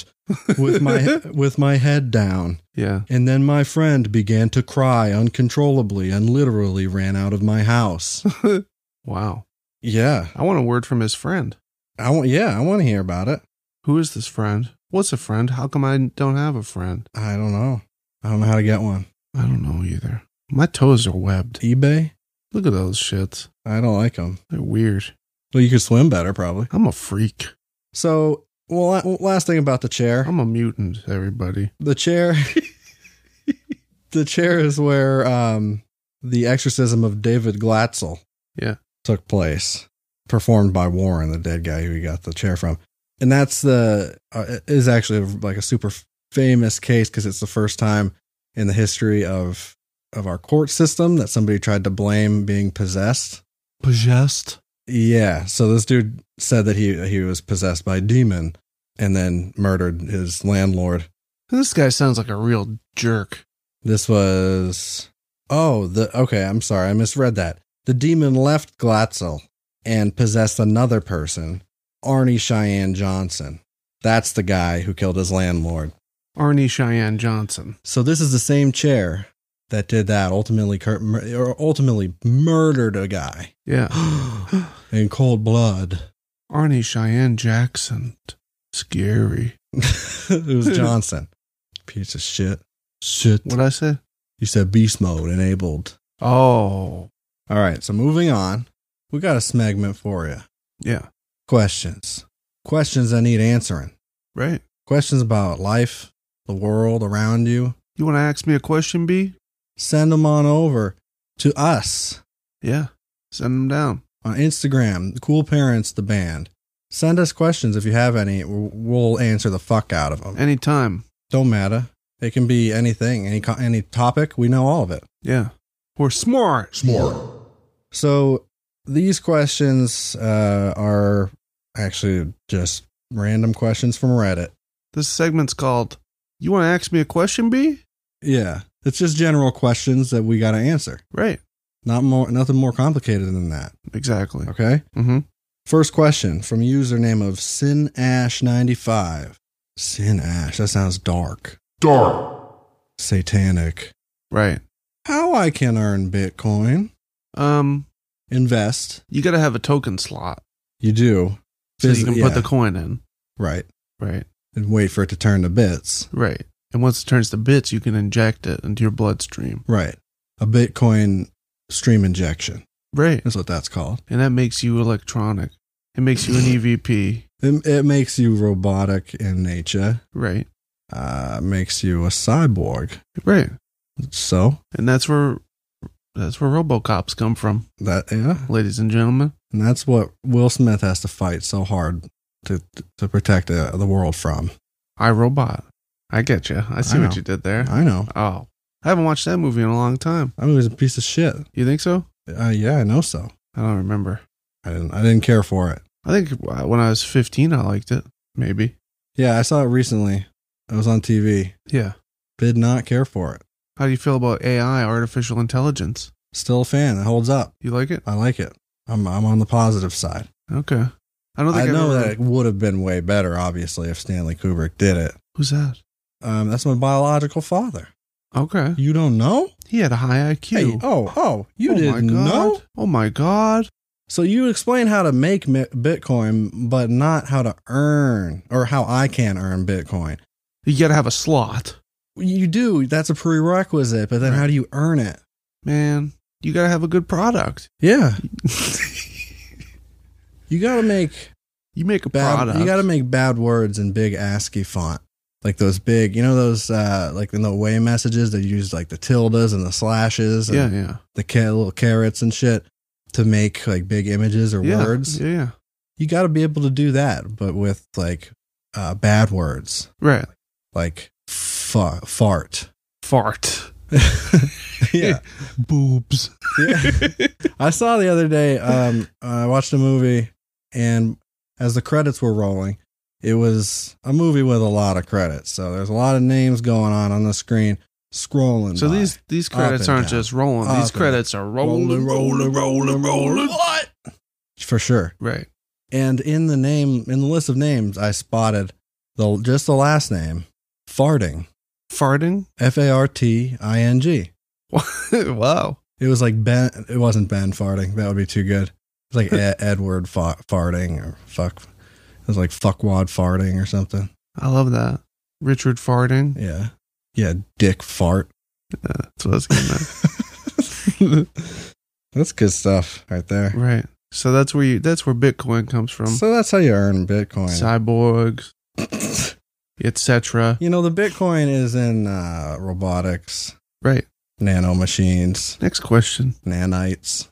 Speaker 2: with my, with my head down.
Speaker 1: Yeah.
Speaker 2: And then my friend began to cry uncontrollably and literally ran out of my house.
Speaker 1: Wow.
Speaker 2: yeah.
Speaker 1: I want a word from his friend.
Speaker 2: I want, yeah, I want to hear about it.
Speaker 1: Who is this friend? What's a friend? How come I don't have a friend?
Speaker 2: I don't know. I don't know how to get one.
Speaker 1: I don't know either. My toes are webbed.
Speaker 2: eBay?
Speaker 1: Look at those shits.
Speaker 2: I don't like them.
Speaker 1: They're weird.
Speaker 2: Well, you could swim better, probably.
Speaker 1: I'm a freak.
Speaker 2: So, well, la- last thing about the chair.
Speaker 1: I'm a mutant, everybody.
Speaker 2: The chair. the chair is where um, the exorcism of David Glatzel
Speaker 1: Yeah.
Speaker 2: took place, performed by Warren, the dead guy who he got the chair from. And that's the, uh, it is actually like a super famous case because it's the first time in the history of of our court system that somebody tried to blame being possessed
Speaker 1: Possessed.
Speaker 2: Yeah. So this dude said that he he was possessed by a demon and then murdered his landlord.
Speaker 1: This guy sounds like a real jerk.
Speaker 2: This was oh the okay. I'm sorry, I misread that. The demon left Glatzel and possessed another person, Arnie Cheyenne Johnson. That's the guy who killed his landlord.
Speaker 1: Arnie Cheyenne Johnson.
Speaker 2: So this is the same chair that did that. Ultimately, cur- mur- or ultimately murdered a guy
Speaker 1: Yeah.
Speaker 2: in cold blood.
Speaker 1: Arnie Cheyenne Jackson. Scary.
Speaker 2: it was Johnson. Piece of shit. Shit.
Speaker 1: What I say?
Speaker 2: You said beast mode enabled.
Speaker 1: Oh,
Speaker 2: All right, so moving on. We got a smegment for you.
Speaker 1: yeah.
Speaker 2: Questions. Questions that need answering.
Speaker 1: Right.
Speaker 2: Questions about life, the world around you.
Speaker 1: You want to ask me a question, B?
Speaker 2: Send them on over to us
Speaker 1: Yeah. Send them down.
Speaker 2: on Instagram, Cool Parents the Band. Send us questions if you have any. We'll- We'll answer the fuck out of them.
Speaker 1: Anytime.
Speaker 2: Don't matter. It can be anything, any co- any topic. We know all of it.
Speaker 1: Yeah. We're smart.
Speaker 3: Smart.
Speaker 2: So these questions uh, are actually just random questions from Reddit.
Speaker 1: This segment's called You Want to Ask Me a Question, B?
Speaker 2: Yeah, it's just general questions that we got to answer.
Speaker 1: Right.
Speaker 2: Not more, nothing more complicated than that.
Speaker 1: Exactly.
Speaker 2: Okay.
Speaker 1: Mm-hmm.
Speaker 2: First question from username of Sinash95. Sinash. That sounds dark,
Speaker 3: Dark.
Speaker 2: satanic.
Speaker 1: Right.
Speaker 2: How I can earn Bitcoin?
Speaker 1: Um,
Speaker 2: Invest.
Speaker 1: you got to have a token slot
Speaker 2: You do.
Speaker 1: so
Speaker 2: Phys-
Speaker 1: you can
Speaker 2: yeah,
Speaker 1: put the coin in.
Speaker 2: right
Speaker 1: Right.
Speaker 2: and wait for it to turn to bits.
Speaker 1: Right. And once it turns to bits, you can inject it into your bloodstream.
Speaker 2: Right. A Bitcoin stream injection
Speaker 1: Right.
Speaker 2: is what that's called.
Speaker 1: And that makes you electronic. It makes you an E EVP.
Speaker 2: It, it makes you robotic in nature,
Speaker 1: Right.
Speaker 2: uh, makes you a cyborg.
Speaker 1: Right.
Speaker 2: So,
Speaker 1: And that's where That's where RoboCops come from,
Speaker 2: That yeah,
Speaker 1: ladies and gentlemen.
Speaker 2: and that's what Will Smith has to fight so hard to to protect uh, the world from.
Speaker 1: I Robot. I get you. I see
Speaker 2: I
Speaker 1: what
Speaker 2: know.
Speaker 1: you did there.
Speaker 2: I know
Speaker 1: Oh, I haven't watched that movie in a long time.
Speaker 2: that movie's a piece of shit.
Speaker 1: You think so?
Speaker 2: Uh, yeah, I know so.
Speaker 1: I don't remember.
Speaker 2: I didn't I didn't care for it.
Speaker 1: I think uh, when I was 15, I liked it. Maybe.
Speaker 2: Yeah, I saw it recently. It was on TV.
Speaker 1: Yeah.
Speaker 2: Did not care for it.
Speaker 1: How do you feel about AI, artificial intelligence?
Speaker 2: Still a fan. It holds up.
Speaker 1: You like it?
Speaker 2: I like it. I'm I'm on the positive side.
Speaker 1: Okay. I don't
Speaker 2: I,
Speaker 1: think I've
Speaker 2: know
Speaker 1: ever-
Speaker 2: that it would have been way better, obviously, if Stanley Kubrick did it.
Speaker 1: Who's that?
Speaker 2: Um, that's my biological father.
Speaker 1: Okay.
Speaker 2: You don't know?
Speaker 1: He had a high IQ.
Speaker 2: Hey, oh, oh, you
Speaker 1: Oh
Speaker 2: didn't know?
Speaker 1: Oh my god.
Speaker 2: So you explain how to make mi- Bitcoin, but not how to earn or how I can earn Bitcoin.
Speaker 1: You gotta have a slot.
Speaker 2: You do. That's a prerequisite, but then
Speaker 1: Right.
Speaker 2: how do you earn it?
Speaker 1: Man, you gotta have a good product.
Speaker 2: Yeah. you got to make
Speaker 1: You make a
Speaker 2: bad
Speaker 1: product.
Speaker 2: you got to make bad words in big ASCII font. Like those big, you know those uh like in the way messages they use like the tildes and the slashes and
Speaker 1: Yeah, yeah.
Speaker 2: the ca- little carrots and shit to make like big images or
Speaker 1: yeah.
Speaker 2: words.
Speaker 1: Yeah, yeah.
Speaker 2: You got to be able to do that but with like uh bad words
Speaker 1: Right.
Speaker 2: like fa- fart.
Speaker 1: Fart.
Speaker 2: yeah.
Speaker 1: Boobs.
Speaker 2: yeah. I saw the other day. Um, I watched a movie, and as the credits were rolling, it was a movie with a lot of credits. So there's a lot of names going on on the screen, scrolling.
Speaker 1: So
Speaker 2: by.
Speaker 1: these these
Speaker 2: Up
Speaker 1: credits
Speaker 2: and
Speaker 1: aren't
Speaker 2: down.
Speaker 1: just rolling.
Speaker 2: Up
Speaker 1: these
Speaker 2: and
Speaker 1: credits are rolling, rolling, rolling, rolling.
Speaker 2: What? For sure.
Speaker 1: Right.
Speaker 2: And in the name, in the list of names, I spotted the just the last name, farting,
Speaker 1: Farting.
Speaker 2: F A R T I N G.
Speaker 1: wow.
Speaker 2: It was like Ben. It wasn't Ben farting. That would be too good. It was like Ed, Edward fa- farting or fuck. It was like fuckwad farting or something.
Speaker 1: I love that. Richard farting.
Speaker 2: Yeah, yeah. Dick fart.
Speaker 1: Yeah, that's what I was getting at.
Speaker 2: that's good stuff right there.
Speaker 1: right. So that's where you. That's where Bitcoin comes from.
Speaker 2: So that's how you earn Bitcoin.
Speaker 1: Cyborgs, etc.
Speaker 2: you know the Bitcoin is in uh, robotics,
Speaker 1: Right.
Speaker 2: nanomachines,
Speaker 1: Next question.
Speaker 2: nanites.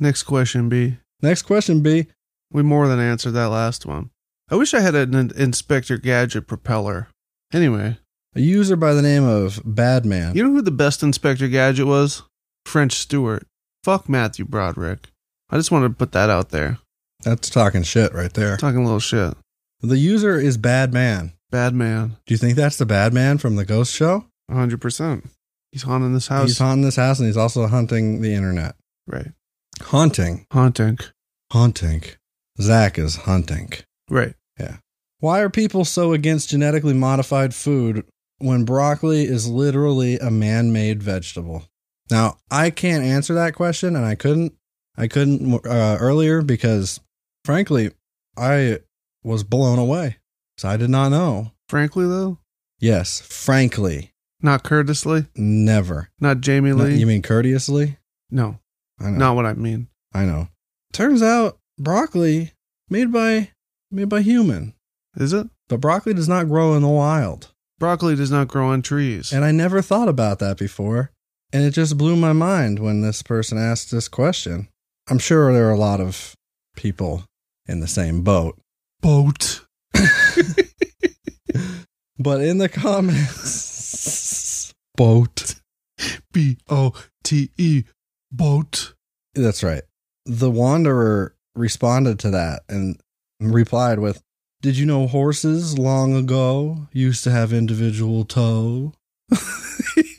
Speaker 1: Next question. B.
Speaker 2: Next question, B.
Speaker 1: We more than answered that last one. I wish I had an in- Inspector Gadget propeller. Anyway,
Speaker 2: A user by the name of Badman.
Speaker 1: you know who the best Inspector Gadget was? French Stewart. Fuck Matthew Broderick. I just wanted to put that out there.
Speaker 2: That's talking shit right there.
Speaker 1: Talking a little shit.
Speaker 2: The user is Badman.
Speaker 1: Bad man.
Speaker 2: Do you think that's the bad man from the ghost show?
Speaker 1: 100%. He's haunting this house.
Speaker 2: He's haunting this house and he's also hunting the internet.
Speaker 1: right.
Speaker 2: Haunting.
Speaker 1: Haunting.
Speaker 2: Haunting. Zach is hunting.
Speaker 1: Right.
Speaker 2: Why are people so against genetically modified food when broccoli is literally a man made vegetable? Now, I can't answer that question and I couldn't. I couldn't uh, earlier because, frankly, I was blown away. So I did not know.
Speaker 1: Frankly, though,
Speaker 2: Yes, frankly,
Speaker 1: not courteously,
Speaker 2: never.
Speaker 1: not Jamie
Speaker 2: No,
Speaker 1: Lee.
Speaker 2: you mean courteously?
Speaker 1: no,
Speaker 2: I know.
Speaker 1: not what I mean.
Speaker 2: I know. Turns out broccoli made by made by human,
Speaker 1: Is it?
Speaker 2: but broccoli does not grow in the wild.
Speaker 1: Broccoli does not grow on trees.
Speaker 2: And I never thought about that before, and it just blew my mind when this person asked this question. I'm sure there are a lot of people in the same boat,
Speaker 1: boat.
Speaker 2: but in the comments, boat.
Speaker 1: B O T E. Boat.
Speaker 2: That's right. The wanderer responded to that and replied with, "Did you know horses long ago used to have individual toe?"
Speaker 1: Is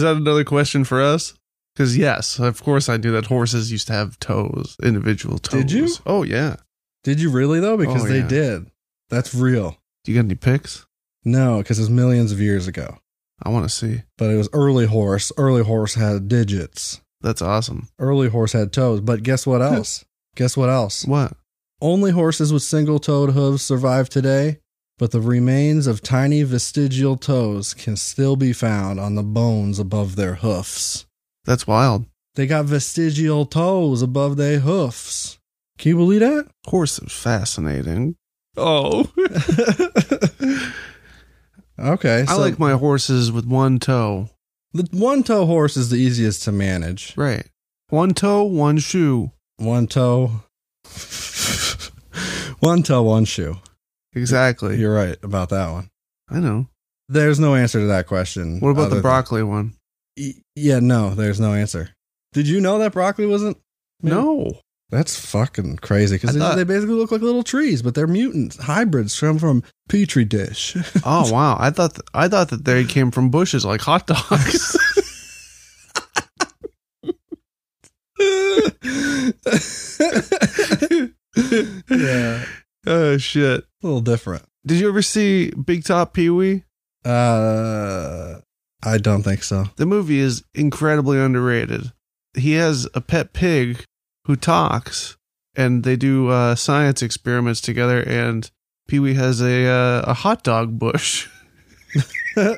Speaker 1: that another question for us? Because yes, of course I knew that horses used to have toes, individual toes.
Speaker 2: Did you?
Speaker 1: Oh yeah.
Speaker 2: Did you really though? Because
Speaker 1: Oh,
Speaker 2: they
Speaker 1: yeah.
Speaker 2: did. That's real.
Speaker 1: Do you got any pics?
Speaker 2: No, because it's millions of years ago.
Speaker 1: I want to see.
Speaker 2: But it was early horse. Early horse had digits.
Speaker 1: That's awesome.
Speaker 2: Early horse had toes. But guess what else? guess what else?
Speaker 1: What?
Speaker 2: Only horses with single toed hooves survive today, but the remains of tiny vestigial toes can still be found on the bones above their hoofs.
Speaker 1: That's wild.
Speaker 2: They got vestigial toes above their hoofs. Can you believe that?
Speaker 1: Horse is fascinating. Oh.
Speaker 2: Okay.
Speaker 1: I like my horses with one toe.
Speaker 2: the one toe horse is the easiest to manage.
Speaker 1: Right. One toe, one shoe.
Speaker 2: One toe. one toe, one shoe.
Speaker 1: Exactly.
Speaker 2: You're right about that one.
Speaker 1: I know.
Speaker 2: There's no answer to that question.
Speaker 1: What about
Speaker 2: other
Speaker 1: the broccoli one?
Speaker 2: Y- yeah, no, there's no answer. Did you know that broccoli wasn't? Maybe-
Speaker 1: No.
Speaker 2: That's fucking crazy
Speaker 1: I
Speaker 2: because they,
Speaker 1: thought-
Speaker 2: they basically look like little trees, but they're mutants, hybrids from from petri dish.
Speaker 1: Oh wow. I thought th- I thought that they came from bushes like hot dogs.
Speaker 2: yeah,
Speaker 1: oh shit.
Speaker 2: a little different.
Speaker 1: Did you ever see Big Top Pee Wee?
Speaker 2: Uh, I don't think so.
Speaker 1: The movie is incredibly underrated. He has a pet pig who talks, and they do uh, science experiments together. And Pee Wee has a uh, a hot dog bush.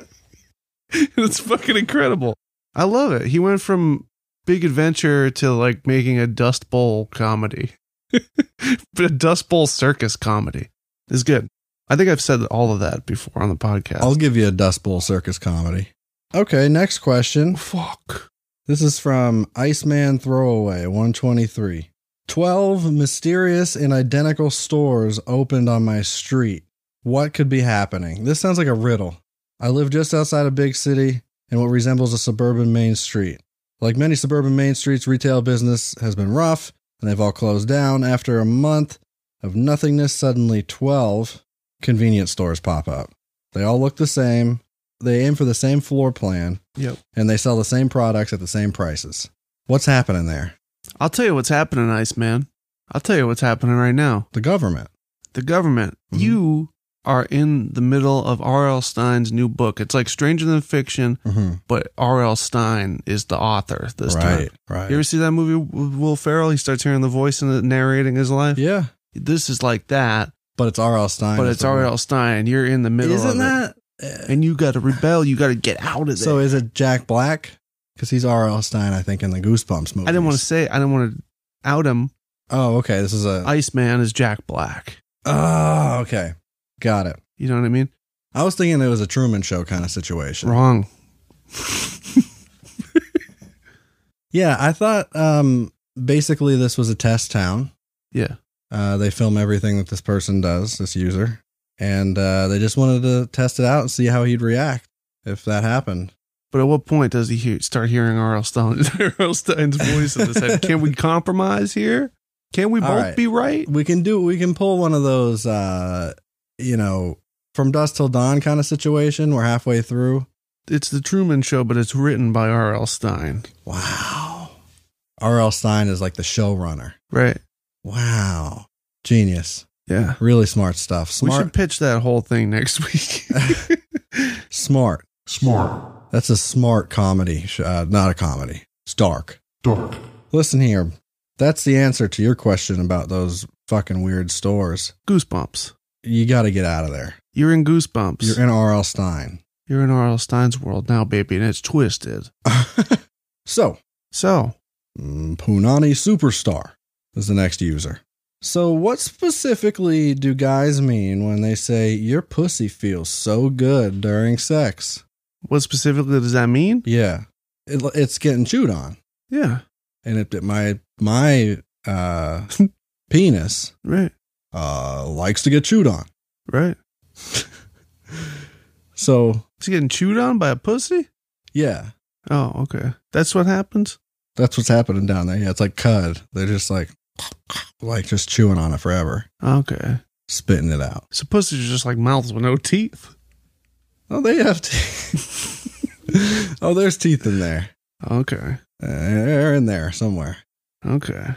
Speaker 1: it's fucking incredible. I love it. He went from big adventure to like making a Dust Bowl comedy, but a Dust Bowl circus comedy is good. I think I've said all of that before on the podcast.
Speaker 2: I'll give you a Dust Bowl circus comedy. Okay, next question.
Speaker 1: Fuck.
Speaker 2: This is from Iceman Throwaway 123. 12 mysterious and identical stores opened on my street. What could be happening? This sounds like a riddle. I live just outside a big city in what resembles a suburban main street. Like many suburban main streets, retail business has been rough and they've all closed down. After a month of nothingness, suddenly 12 convenience stores pop up. They all look the same, they aim for the same floor plan and they sell the same products at the same prices. What's happening there?
Speaker 1: I'll tell you what's happening, Iceman. I'll tell you what's happening right now.
Speaker 2: The government.
Speaker 1: The government,
Speaker 2: Mhm.
Speaker 1: you are in the middle of R.L. Stein's new book. It's like Stranger Than Fiction,
Speaker 2: Mm-hmm.
Speaker 1: but R.L. Stein is the author this time.
Speaker 2: Right. Right.
Speaker 1: You ever see that movie with Will Ferrell? He starts hearing the voice and it narrating his life.
Speaker 2: yeah,
Speaker 1: This is like that,
Speaker 2: but it's R.L. Stein.
Speaker 1: but
Speaker 2: is
Speaker 1: it's
Speaker 2: the one.
Speaker 1: R.L. Stein. You're in the middle of
Speaker 2: Isn't
Speaker 1: it.
Speaker 2: that?
Speaker 1: and you got to rebel. You got to get out of
Speaker 2: so
Speaker 1: there.
Speaker 2: is it Jack Black? Because he's R.L. Stein, I think, in the Goosebumps movie.
Speaker 1: I didn't want to say. I didn't want to out him.
Speaker 2: Oh, okay. This is a.
Speaker 1: Iceman is Jack Black.
Speaker 2: oh, okay. Got it.
Speaker 1: You know what I mean?
Speaker 2: I was thinking it was a Truman Show kind of situation.
Speaker 1: Wrong.
Speaker 2: Yeah, I thought um, basically this was a test town.
Speaker 1: Yeah.
Speaker 2: Uh, they film everything that this person does, this user, and uh, they just wanted to test it out and see how he'd react if that happened.
Speaker 1: But at what point does he hear, start hearing R.L. Stein, R.L. Stein's voice in his head? Can we compromise here? Can we
Speaker 2: All
Speaker 1: both
Speaker 2: right.
Speaker 1: be right?
Speaker 2: We can do, we can pull one of those, uh, you know, from dusk till dawn kind of situation. We're halfway through.
Speaker 1: It's the Truman Show, but it's written by R.L. Stein.
Speaker 2: Wow. R.L. Stein is like the showrunner.
Speaker 1: Right.
Speaker 2: Wow. Genius.
Speaker 1: Yeah.
Speaker 2: Really smart stuff.
Speaker 1: We should
Speaker 2: Smart.
Speaker 1: pitch that whole thing next week.
Speaker 2: smart.
Speaker 3: Smart.
Speaker 2: That's a smart comedy. sh- Uh, not a comedy. It's dark.
Speaker 3: Dark.
Speaker 2: Listen here. That's the answer to your question about those fucking weird stores.
Speaker 1: Goosebumps.
Speaker 2: You got to get out of there.
Speaker 1: You're in Goosebumps.
Speaker 2: You're in R.L. Stein.
Speaker 1: You're in R.L. Stein's world now, baby, and it's twisted.
Speaker 2: so,
Speaker 1: So,
Speaker 2: mm, Punani Superstar is the next user. So, what specifically do guys mean when they say your pussy feels so good during sex?
Speaker 1: what specifically does that mean?
Speaker 2: Yeah, it, it's getting chewed on,
Speaker 1: Yeah.
Speaker 2: and it, my my uh, penis
Speaker 1: Right.
Speaker 2: uh, likes to get chewed on.
Speaker 1: Right.
Speaker 2: So,
Speaker 1: Is he getting chewed on by a pussy?
Speaker 2: yeah,
Speaker 1: Oh, okay. That's what happens?
Speaker 2: That's what's happening down there. Yeah, it's like cud. They're just like, like just chewing on it forever,
Speaker 1: Okay.
Speaker 2: spitting it out.
Speaker 1: So pussies are just like mouths with no teeth.
Speaker 2: Oh, they have teeth. oh, there's teeth in there.
Speaker 1: Okay.
Speaker 2: Uh, they're in there somewhere.
Speaker 1: Okay.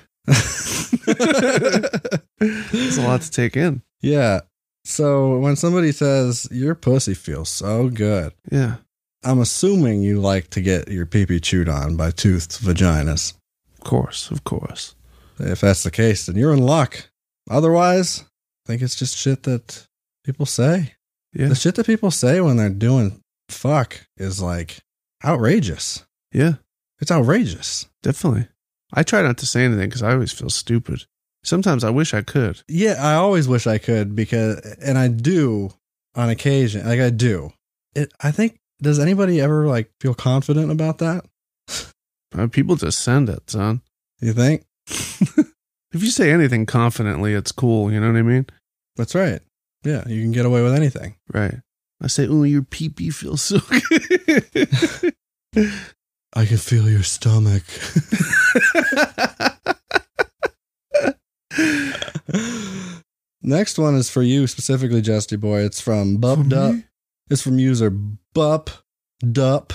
Speaker 1: It's a lot to take in.
Speaker 2: yeah. So when somebody says your pussy feels so good,
Speaker 1: Yeah.
Speaker 2: I'm assuming you like to get your pee pee chewed on by toothed vaginas.
Speaker 1: Of course. Of course.
Speaker 2: If that's the case, then you're in luck. Otherwise, I think it's just shit that people say.
Speaker 1: Yeah.
Speaker 2: The shit that people say when they're doing fuck is like outrageous.
Speaker 1: Yeah.
Speaker 2: It's outrageous.
Speaker 1: Definitely. I try not to say anything because I always feel stupid. Sometimes I wish I could.
Speaker 2: Yeah, I always wish I could because, and I do on occasion, like I do. it, I think does anybody ever like feel confident about that?
Speaker 1: Uh, people just send it, son.
Speaker 2: You think?
Speaker 1: If you say anything confidently, it's cool. You know what I mean?
Speaker 2: That's right. Yeah, you can get away with anything.
Speaker 1: Right. I say, oh, your pee pee feels so good.
Speaker 2: I can feel your stomach. Next one is for you specifically, Justy Boy. It's from
Speaker 1: For
Speaker 2: Bub
Speaker 1: me?
Speaker 2: Dup. It's from user Bup Dup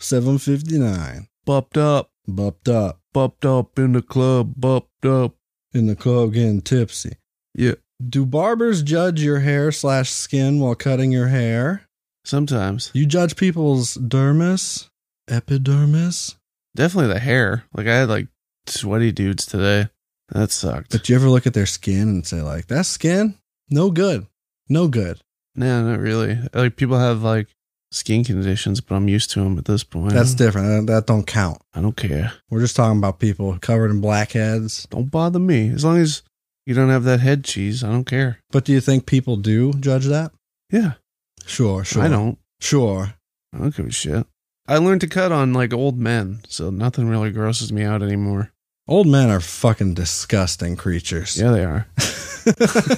Speaker 2: seven fifty nine.
Speaker 1: Bupped up,
Speaker 2: Bup Dup
Speaker 1: bupped up in the club, bupped up.
Speaker 2: in the club getting tipsy.
Speaker 1: Yeah.
Speaker 2: Do barbers judge your hair slash skin while cutting your hair?
Speaker 1: Sometimes.
Speaker 2: You judge people's dermis, epidermis.
Speaker 1: Definitely the hair. Like, I had like sweaty dudes today. That sucked.
Speaker 2: But you ever look at their skin and say like, "That skin, no good, no good."
Speaker 1: No, not really. Like, people have like skin conditions, but I'm used to them at this point.
Speaker 2: That's different. That- That don't count.
Speaker 1: I don't care.
Speaker 2: We're just talking about people covered in blackheads.
Speaker 1: Don't bother me. As long as you don't have that head cheese, I don't care.
Speaker 2: But do you think people do judge that?
Speaker 1: Yeah.
Speaker 2: Sure, sure.
Speaker 1: I don't.
Speaker 2: Sure.
Speaker 1: I don't give a shit. I learned to cut on like old men, so nothing really grosses me out anymore.
Speaker 2: Old men are fucking disgusting creatures.
Speaker 1: Yeah, they are.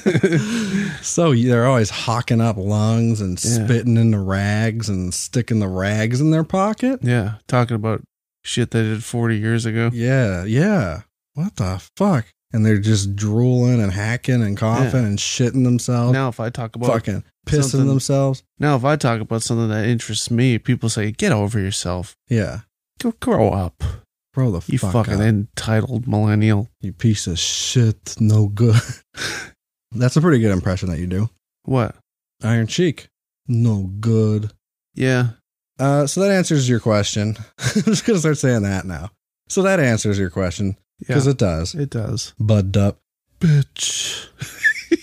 Speaker 2: so they're always hawking up lungs and
Speaker 1: Yeah.
Speaker 2: spitting in the rags and sticking the rags in their pocket.
Speaker 1: Yeah, talking about shit they did 40 years ago.
Speaker 2: Yeah, yeah. What the fuck? And they're just drooling and hacking and coughing
Speaker 1: Yeah.
Speaker 2: and shitting themselves,
Speaker 1: Now if I talk about
Speaker 2: fucking pissing
Speaker 1: something-
Speaker 2: themselves.
Speaker 1: now if I talk about something that interests me, people say, "Get over yourself.
Speaker 2: Yeah,
Speaker 1: Go grow up.
Speaker 2: bro, the
Speaker 1: You
Speaker 2: fuck
Speaker 1: fucking
Speaker 2: up.
Speaker 1: entitled millennial."
Speaker 2: you piece of shit, no good. That's a pretty good impression that you do.
Speaker 1: What?
Speaker 2: Iron cheek, no good.
Speaker 1: Yeah.
Speaker 2: Uh, so that answers your question. I'm just gonna start saying that now. So that answers your question
Speaker 1: Yeah.
Speaker 2: because it does.
Speaker 1: It does.
Speaker 2: Bud up,
Speaker 1: Bitch.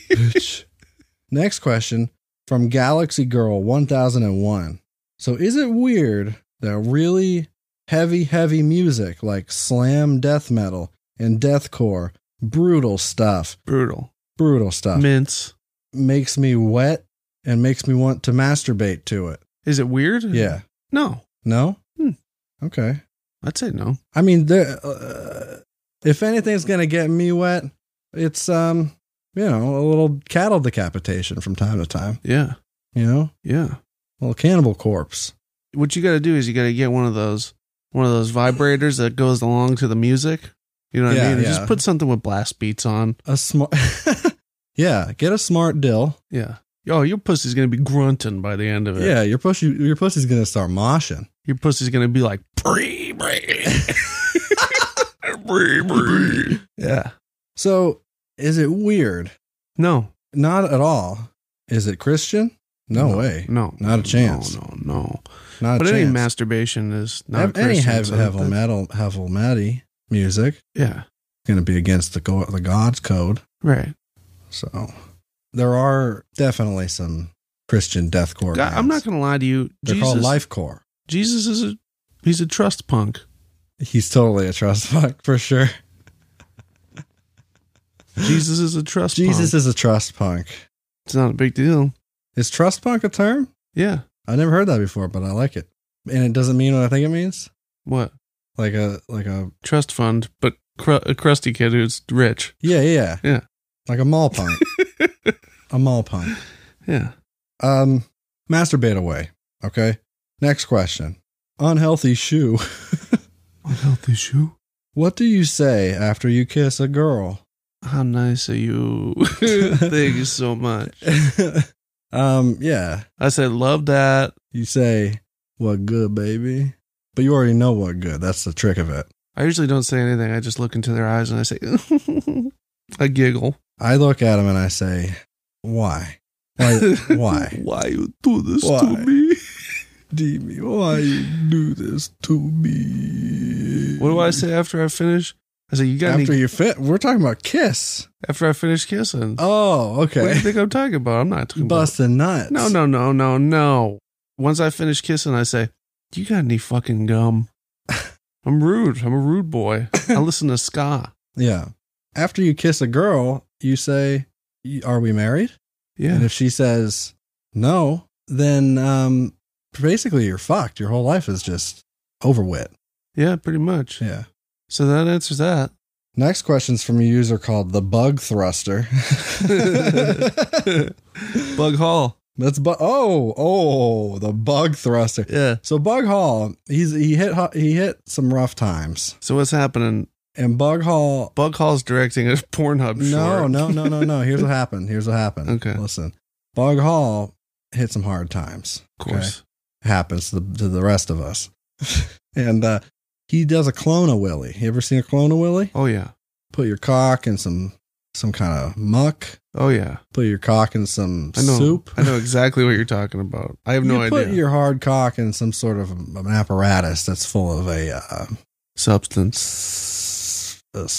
Speaker 2: bitch. Next question from Galaxy Girl 1001. So is it weird that really heavy, heavy music like slam death metal and deathcore, brutal stuff,
Speaker 1: Brutal.
Speaker 2: brutal stuff,
Speaker 1: Mints.
Speaker 2: makes me wet and makes me want to masturbate to it?
Speaker 1: Is it weird?
Speaker 2: Yeah.
Speaker 1: No.
Speaker 2: No.
Speaker 1: Hmm.
Speaker 2: Okay.
Speaker 1: I'd say no.
Speaker 2: I mean, there, uh, if anything's gonna get me wet, it's um, you know, a little cattle decapitation from time to time.
Speaker 1: Yeah.
Speaker 2: You know,
Speaker 1: Yeah.
Speaker 2: a little cannibal corpse.
Speaker 1: what you got to do is you got to get one of those one of those vibrators that goes along to the music. You know what
Speaker 2: Yeah,
Speaker 1: I mean? And
Speaker 2: yeah.
Speaker 1: Just put something with blast beats on.
Speaker 2: A smart, yeah, get a smart dill.
Speaker 1: Yeah. Yo, your pussy's gonna be grunting by the end of it.
Speaker 2: Yeah, your pussy, your pussy's gonna start moshing.
Speaker 1: Your pussy's gonna be like bree bree. bree bree. Yeah.
Speaker 2: So, is it weird?
Speaker 1: No.
Speaker 2: Not at all. Is it Christian? No, way.
Speaker 1: No.
Speaker 2: Not a chance.
Speaker 1: No. No. no.
Speaker 2: Not
Speaker 1: But
Speaker 2: a
Speaker 1: any
Speaker 2: chance.
Speaker 1: masturbation is not
Speaker 2: Have-
Speaker 1: a Christian,
Speaker 2: any hev-
Speaker 1: so
Speaker 2: heavy
Speaker 1: that-
Speaker 2: metal, heavy metal music.
Speaker 1: Yeah.
Speaker 2: Going to be against the go- the God's code.
Speaker 1: Right.
Speaker 2: So there are definitely some Christian deathcore.
Speaker 1: God, I'm not
Speaker 2: bands.
Speaker 1: gonna lie to you.
Speaker 2: They're
Speaker 1: Jesus.
Speaker 2: called lifecore.
Speaker 1: Jesus is a he's a trust punk.
Speaker 2: He's totally a trust fuck for sure.
Speaker 1: Jesus is a trust.
Speaker 2: Jesus
Speaker 1: punk.
Speaker 2: is a trust punk.
Speaker 1: it's not a big deal.
Speaker 2: Is trust punk a term?
Speaker 1: Yeah.
Speaker 2: I never heard that before, but I like it. And it doesn't mean what I think it means.
Speaker 1: What?
Speaker 2: Like a like a
Speaker 1: Trust fund, but cr- a crusty kid who's rich.
Speaker 2: yeah yeah
Speaker 1: Yeah.
Speaker 2: like a mall punk, a mall punk.
Speaker 1: Yeah.
Speaker 2: Um, masturbate away. Okay. Next question. Unhealthy shoe.
Speaker 1: Unhealthy shoe.
Speaker 2: What do you say after you kiss a girl?
Speaker 1: How nice of you. Thank you so much.
Speaker 2: um, yeah.
Speaker 1: I said, love that.
Speaker 2: You say, what good, baby? But you already know what good. That's the trick of it.
Speaker 1: I usually don't say anything. I just look into their eyes and I say, I giggle.
Speaker 2: I look at him and I say, why? Why? why?
Speaker 1: Why you do this
Speaker 2: Why?
Speaker 1: to me?
Speaker 2: Demi, why you do this to me?
Speaker 1: What do I say after I finish? I say, you got
Speaker 2: After
Speaker 1: any?
Speaker 2: you fit, we're talking about kiss.
Speaker 1: After I finish kissing.
Speaker 2: Oh,
Speaker 1: What do you
Speaker 2: okay.
Speaker 1: think I'm talking about? I'm not talking about
Speaker 2: Busting nuts.
Speaker 1: No, no, no, no, no. Once I finish kissing, I say, "Do you got any fucking gum?" I'm rude. I'm a rude boy. I listen to ska.
Speaker 2: Yeah. After you kiss a girl, you say, "Y- are we married? And
Speaker 1: Yeah,
Speaker 2: if she says no, then um, basically you're fucked. Your whole life is just over with.
Speaker 1: Yeah, pretty much.
Speaker 2: Yeah.
Speaker 1: So that answers that.
Speaker 2: Next question's from a user called the Bug Thruster.
Speaker 1: Bug Hall.
Speaker 2: That's bu- oh oh the Bug Thruster.
Speaker 1: Yeah.
Speaker 2: So Bug Hall, he's he hit ho- he hit some rough times,
Speaker 1: So what's happening?
Speaker 2: and Bug Hall.
Speaker 1: Bug Hall's directing a Pornhub
Speaker 2: No,
Speaker 1: short.
Speaker 2: no, no, no, no. Here's what happened. Here's what happened.
Speaker 1: Okay.
Speaker 2: listen, Bug Hall hit some hard times.
Speaker 1: Of course.
Speaker 2: happens to the, to the rest of us. and uh, he does a clone of Willie. You ever seen a clone of Willie?
Speaker 1: Oh yeah.
Speaker 2: Put your cock in some some kind of muck.
Speaker 1: Oh yeah.
Speaker 2: Put your cock in some
Speaker 1: I know.
Speaker 2: soup.
Speaker 1: I know exactly what you're talking about. I have no
Speaker 2: you
Speaker 1: idea.
Speaker 2: Put your hard cock in some sort of an apparatus that's full of a, uh,
Speaker 1: Substance.
Speaker 2: s- a s-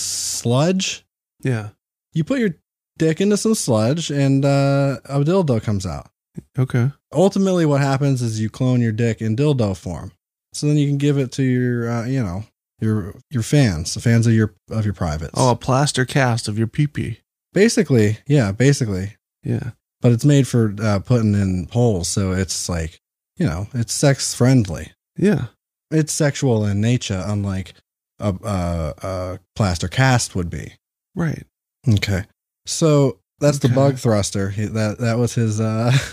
Speaker 2: sludge.
Speaker 1: Yeah.
Speaker 2: You put your dick into some sludge, and uh, a dildo comes out.
Speaker 1: Okay.
Speaker 2: ultimately what happens is you clone your dick in dildo form so then you can give it to your uh, you know your your fans the fans of your of your privates
Speaker 1: Oh, a plaster cast of your pee pee.
Speaker 2: basically yeah basically
Speaker 1: Yeah.
Speaker 2: but it's made for uh, putting in holes so it's like you know it's sex friendly
Speaker 1: Yeah.
Speaker 2: it's sexual in nature unlike a, a, a plaster cast would be
Speaker 1: Right.
Speaker 2: okay so that's the
Speaker 1: Okay.
Speaker 2: bug thruster he, that that was his uh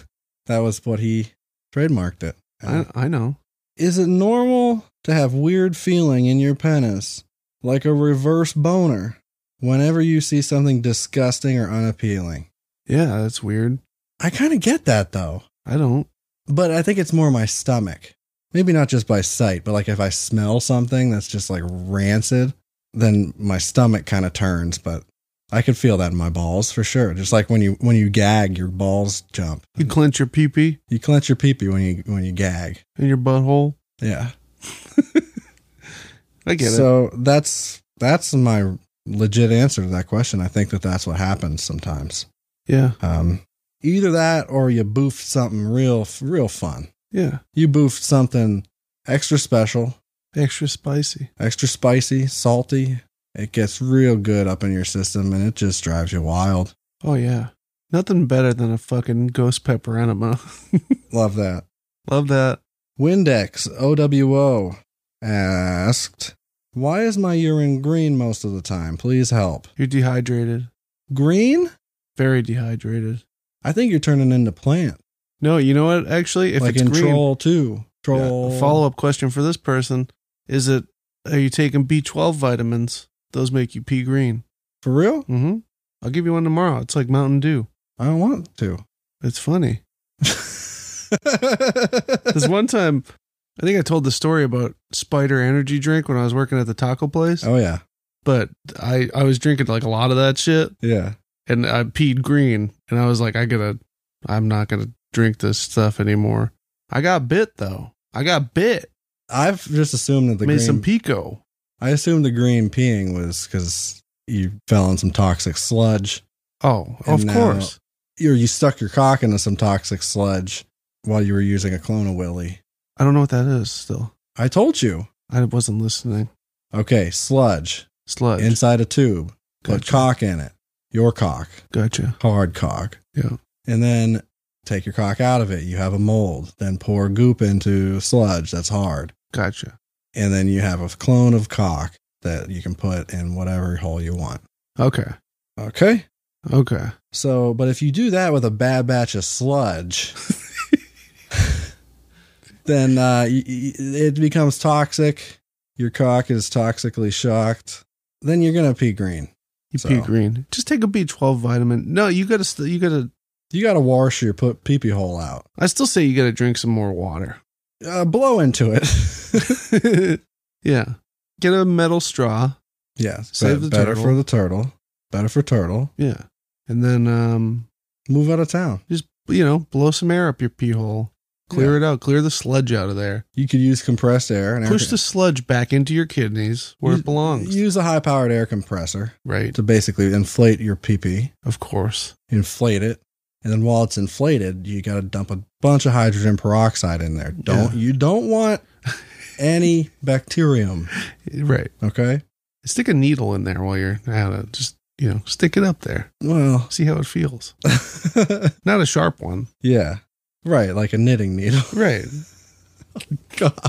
Speaker 2: that was what he trademarked it
Speaker 1: I, I know.
Speaker 2: Is it normal to have weird feeling in your penis, like a reverse boner, whenever you see something disgusting or unappealing?
Speaker 1: Yeah, that's weird.
Speaker 2: I kind of get that though,
Speaker 1: I don't.
Speaker 2: but I think it's more my stomach. Maybe not just by sight, but like if I smell something that's just like rancid, then my stomach kind of turns, but I could feel that in my balls for sure. Just like when you when you gag, your balls jump.
Speaker 1: You clench your pee pee
Speaker 2: You clench your peepee when you when you gag.
Speaker 1: in your butthole.
Speaker 2: Yeah.
Speaker 1: I get it.
Speaker 2: so that's that's my legit answer to that question. I think that that's what happens sometimes.
Speaker 1: Yeah.
Speaker 2: Um, either that, or you boof something real real fun.
Speaker 1: Yeah.
Speaker 2: You boofed something extra special,
Speaker 1: Extra spicy.
Speaker 2: extra spicy, salty. It gets real good up in your system, and it just drives you wild.
Speaker 1: Oh yeah. Nothing better than a fucking ghost pepper enema.
Speaker 2: Love that.
Speaker 1: Love that.
Speaker 2: Windex OWO asked, "Why is my urine green most of the time? Please help."
Speaker 1: You're dehydrated.
Speaker 2: Green?
Speaker 1: Very dehydrated.
Speaker 2: I think you're turning into plant.
Speaker 1: No, you know what? Actually, if
Speaker 2: like
Speaker 1: it's
Speaker 2: in
Speaker 1: green,
Speaker 2: Troll Two, Troll
Speaker 1: follow up question for this person is it are you taking B12 vitamins? Those make you pee green.
Speaker 2: for real.
Speaker 1: Mm-hmm. I'll give you one tomorrow. It's like Mountain Dew.
Speaker 2: I don't want to.
Speaker 1: It's funny. This one time, I think I told the story about Spider Energy drink when I was working at the taco place.
Speaker 2: oh yeah,
Speaker 1: But I I was drinking like a lot of that shit,
Speaker 2: yeah.
Speaker 1: and I peed green, and I was like, I gotta, I'm not gonna drink this stuff anymore. I got bit though. I got bit.
Speaker 2: I've just assumed that the
Speaker 1: Made
Speaker 2: green.
Speaker 1: some pico.
Speaker 2: I assumed the green peeing was because you fell in some toxic sludge,
Speaker 1: Oh,
Speaker 2: And
Speaker 1: of
Speaker 2: now-
Speaker 1: course.
Speaker 2: or you stuck your cock into some toxic sludge while you were using a clone of Willy.
Speaker 1: I don't know what that is. Still,
Speaker 2: I told you.
Speaker 1: I wasn't listening.
Speaker 2: Okay, sludge
Speaker 1: Sludge.
Speaker 2: inside a tube. Put
Speaker 1: gotcha.
Speaker 2: cock in it. Your cock.
Speaker 1: gotcha.
Speaker 2: hard cock.
Speaker 1: Yeah.
Speaker 2: And then take your cock out of it. You have a mold. Then pour goop into sludge that's hard.
Speaker 1: Gotcha.
Speaker 2: And then you have a clone of cock that you can put in whatever hole you want.
Speaker 1: Okay.
Speaker 2: Okay.
Speaker 1: Okay.
Speaker 2: So, but if you do that with a bad batch of sludge, then uh, y- y- it becomes toxic. Your cock is toxically shocked. Then you're going to pee green.
Speaker 1: You
Speaker 2: So-
Speaker 1: pee green. Just take a B12 vitamin. No, you gotta. St- you gotta.
Speaker 2: You got to wash your put pee pee hole out.
Speaker 1: I still say you gotta drink some more water.
Speaker 2: Uh, blow into it.
Speaker 1: yeah. Get a metal straw.
Speaker 2: Yes.
Speaker 1: Save
Speaker 2: bet-
Speaker 1: the
Speaker 2: better
Speaker 1: turtle.
Speaker 2: for the turtle. Better for turtle.
Speaker 1: Yeah. And then um
Speaker 2: Move out of town.
Speaker 1: just you know, blow some air up your pee hole. Clear it out. Clear the sludge out of there.
Speaker 2: You could use compressed air and
Speaker 1: Push
Speaker 2: air
Speaker 1: the sludge back into your kidneys where
Speaker 2: Use-
Speaker 1: it belongs.
Speaker 2: Use a high powered air compressor
Speaker 1: right.
Speaker 2: to basically inflate your pee pee,
Speaker 1: Of course.
Speaker 2: inflate it, and then while it's inflated, you got to dump a bunch of hydrogen peroxide in there. Don't you don't want any bacterium,
Speaker 1: Right.
Speaker 2: okay?
Speaker 1: Stick a needle in there while you're at it. Just you know, stick it up there.
Speaker 2: Well,
Speaker 1: See how it feels. Not a sharp one.
Speaker 2: yeah. Right, like a knitting needle.
Speaker 1: Right.
Speaker 2: God.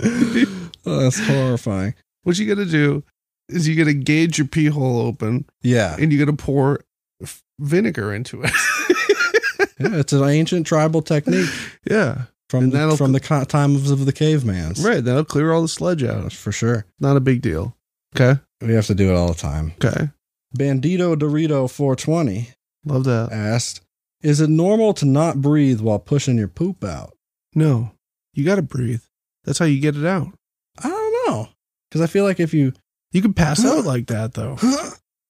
Speaker 2: Oh, that's horrifying.
Speaker 1: What you gotta do is you gotta gauge your pee hole open
Speaker 2: Yeah.
Speaker 1: and you gotta pour f- vinegar into it.
Speaker 2: yeah. It's an ancient tribal technique
Speaker 1: yeah.
Speaker 2: from
Speaker 1: And that'll-
Speaker 2: the, from the co- times of the cavemans.
Speaker 1: Right. That'll clear all the sludge
Speaker 2: That's
Speaker 1: out.
Speaker 2: Oh, For sure.
Speaker 1: Not a big deal. Okay.
Speaker 2: We have to do it all the time.
Speaker 1: Okay.
Speaker 2: Bandito Dorito 420
Speaker 1: Love that.
Speaker 2: asked, "Is it normal to not breathe while pushing your poop out?"
Speaker 1: No. You gotta breathe. That's how you get it out.
Speaker 2: I don't know, because I feel like if you
Speaker 1: You can pass out like that though.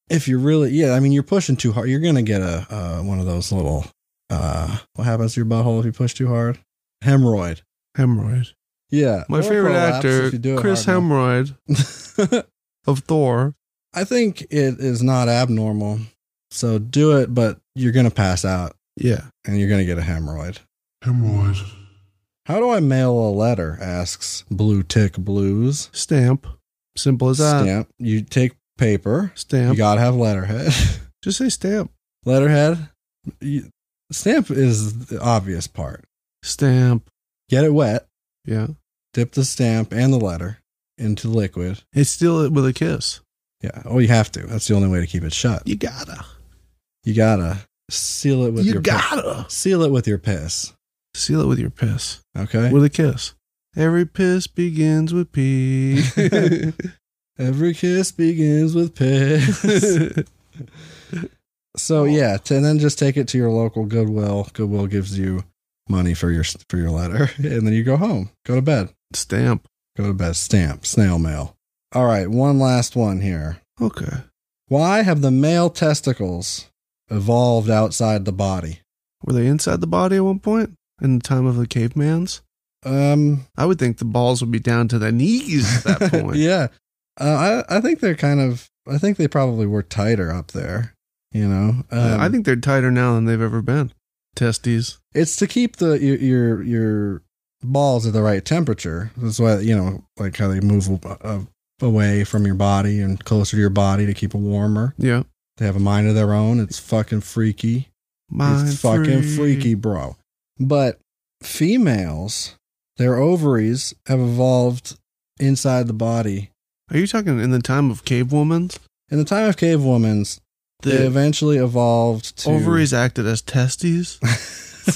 Speaker 2: if you're really yeah, I mean you're pushing too hard, you're gonna get a uh, one of those little uh, what happens to your butthole if you push too hard? Hemorrhoid.
Speaker 1: Hemorrhoid.
Speaker 2: Yeah,
Speaker 1: My
Speaker 2: Or
Speaker 1: favorite
Speaker 2: prolapse
Speaker 1: actor,
Speaker 2: if you do it
Speaker 1: Chris
Speaker 2: hard
Speaker 1: Hemorrhoid
Speaker 2: enough.
Speaker 1: of Thor.
Speaker 2: I think it is not abnormal, so do it, but you're gonna pass out
Speaker 1: Yeah.
Speaker 2: and you're gonna get a hemorrhoid.
Speaker 3: Hemorrhoid.
Speaker 2: How do I mail a letter? Asks Blue Tick Blues.
Speaker 1: Stamp. Simple as that.
Speaker 2: Stamp. You take paper. You
Speaker 1: Stamp.
Speaker 2: gotta have letterhead.
Speaker 1: Just say stamp.
Speaker 2: letterhead. You, stamp is the obvious part.
Speaker 1: Stamp.
Speaker 2: Get it wet.
Speaker 1: Yeah.
Speaker 2: Dip the stamp and the letter into liquid.
Speaker 1: It's still with a kiss.
Speaker 2: Yeah. Oh, you have to. That's the only way to keep it shut.
Speaker 1: You gotta.
Speaker 2: You gotta seal it with
Speaker 1: you
Speaker 2: your
Speaker 1: gotta.
Speaker 2: pi- seal it with your piss.
Speaker 1: Seal it with your piss.
Speaker 2: Okay.
Speaker 1: With a kiss. Every piss begins with pee.
Speaker 2: Every kiss begins with piss. So yeah, t- and then just take it to your local Goodwill. Goodwill gives you money for your for your letter, and then you go home, go to bed,
Speaker 1: stamp.
Speaker 2: go to bed. Stamp, snail mail. All right, one last one here.
Speaker 1: Okay.
Speaker 2: Why have the male testicles evolved outside the body?
Speaker 1: Were they inside the body at one point in the time of the caveman's?
Speaker 2: Um,
Speaker 1: I would think the balls would be down to the knees at that point.
Speaker 2: yeah, uh, I I think they're kind of. I think they probably were tighter up there. You know, um,
Speaker 1: I think they're tighter now than they've ever been. Testes.
Speaker 2: It's to keep the your your, your balls at the right temperature. That's why you know, like how they move a- a- away from your body and closer to your body to keep it warmer.
Speaker 1: Yeah.
Speaker 2: They have a mind of their own. It's fucking freaky.
Speaker 1: Mind
Speaker 2: it's fucking
Speaker 1: free.
Speaker 2: freaky, bro. But females, their ovaries have evolved inside the body.
Speaker 1: Are you talking in the time of cave woman's?
Speaker 2: In the time of cave womans, they
Speaker 1: The
Speaker 2: eventually evolved to
Speaker 1: ovaries acted as testes?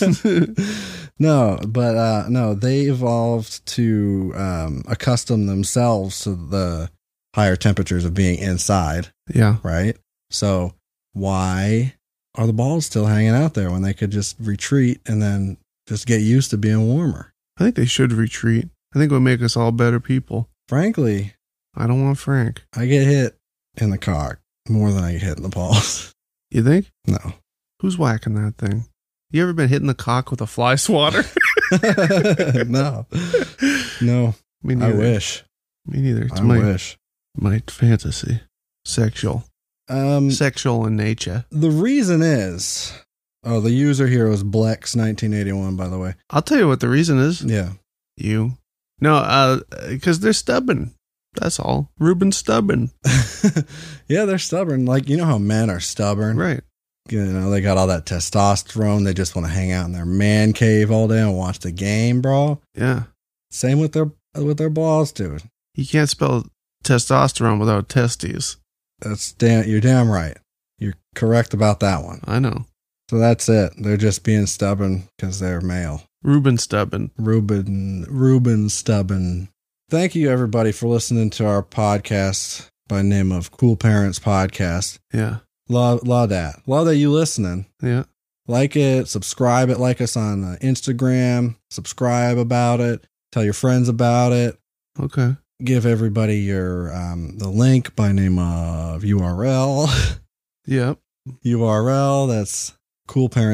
Speaker 2: no, but uh, no, they evolved to um, accustom themselves to the higher temperatures of being inside,
Speaker 1: Yeah.
Speaker 2: right? So why are the balls still hanging out there when they could just retreat and then just get used to being warmer?
Speaker 1: I think they should retreat. I think it would make us all better people.
Speaker 2: Frankly,
Speaker 1: I don't want Frank.
Speaker 2: I get hit in the cock more than I get hit in the balls.
Speaker 1: You think?
Speaker 2: no.
Speaker 1: Who's whacking that thing? You ever been hitting the cock with a fly swatter?
Speaker 2: no. No.
Speaker 1: Me
Speaker 2: I
Speaker 1: neither.
Speaker 2: wish.
Speaker 1: Me neither. It's
Speaker 2: I
Speaker 1: my
Speaker 2: wish.
Speaker 1: my fantasy. Sexual.
Speaker 2: Um,
Speaker 1: Sexual in nature.
Speaker 2: The reason is, oh, the user here was Blex1981, by the way.
Speaker 1: I'll tell you what the reason is.
Speaker 2: Yeah.
Speaker 1: You. No, uh, because they're stubborn. That's all. Ruben stubborn.
Speaker 2: yeah, they're stubborn. Like, you know how men are stubborn?
Speaker 1: Right.
Speaker 2: You know, they got all that testosterone. They just want to hang out in their man cave all day and watch the game, bro.
Speaker 1: Yeah.
Speaker 2: Same with their with their balls, dude.
Speaker 1: You can't spell testosterone without testes.
Speaker 2: That's damn you're damn right. You're correct about that one.
Speaker 1: I know.
Speaker 2: So that's it. They're just being stubborn because they're male.
Speaker 1: Ruben stubborn.
Speaker 2: Ruben Ruben Stubbin. Thank you everybody for listening to our podcast by name of Cool Parents Podcast.
Speaker 1: Yeah.
Speaker 2: Love love that. Love that you listening.
Speaker 1: Yeah.
Speaker 2: Like it, subscribe it, like us on uh, Instagram, subscribe about it, tell your friends about it.
Speaker 1: Okay.
Speaker 2: Give everybody your um, the link by name of URL.
Speaker 1: Yeah.
Speaker 2: URL that's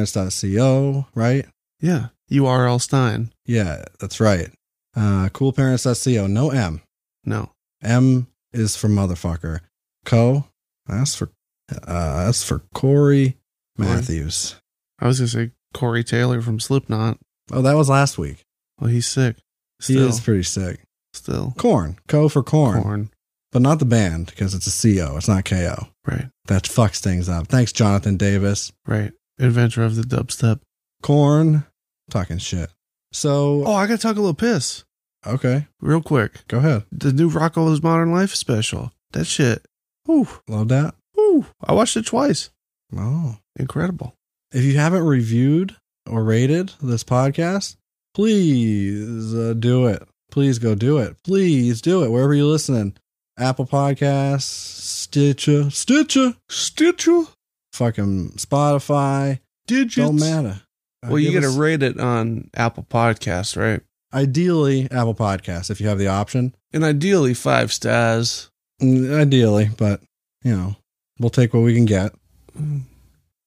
Speaker 2: coolparents.co, right?
Speaker 1: Yeah. URL Stein.
Speaker 2: Yeah, that's right. Uh, coolparents.co, no M.
Speaker 1: No.
Speaker 2: M is for motherfucker. Co, that's for uh, that's for Corey Matthews.
Speaker 1: I was gonna say Corey Taylor from Slipknot.
Speaker 2: Oh, that was last week.
Speaker 1: Well, he's sick.
Speaker 2: He
Speaker 1: Still,
Speaker 2: is pretty sick.
Speaker 1: still
Speaker 2: Corn, Co for corn,
Speaker 1: corn.
Speaker 2: but not the band because it's a CO. It's not KO.
Speaker 1: Right.
Speaker 2: That fucks things up. Thanks, Jonathan Davis.
Speaker 1: Right. Adventure of the Dubstep.
Speaker 2: corn, talking shit. So,
Speaker 1: Oh, I gotta talk a little piss
Speaker 2: okay,
Speaker 1: real quick.
Speaker 2: go ahead.
Speaker 1: The new Rocko's Modern Life special. That shit. Ooh,
Speaker 2: Love that.
Speaker 1: ooh. I watched it twice.
Speaker 2: Oh.
Speaker 1: Incredible.
Speaker 2: If you haven't reviewed or rated this podcast, please uh, do it. Please go do it. Please do it wherever you're listening. Apple Podcasts, Stitcher, Stitcher,
Speaker 1: Stitcher
Speaker 2: fucking Spotify.
Speaker 1: digits.
Speaker 2: Don't matter. Uh,
Speaker 1: Well, you
Speaker 2: give
Speaker 1: gotta
Speaker 2: us-
Speaker 1: rate it on Apple Podcasts, right?
Speaker 2: ideally Apple Podcasts if you have the option.
Speaker 1: And ideally five stars.
Speaker 2: Mm, Ideally, but you know, we'll take what we can get. Mm,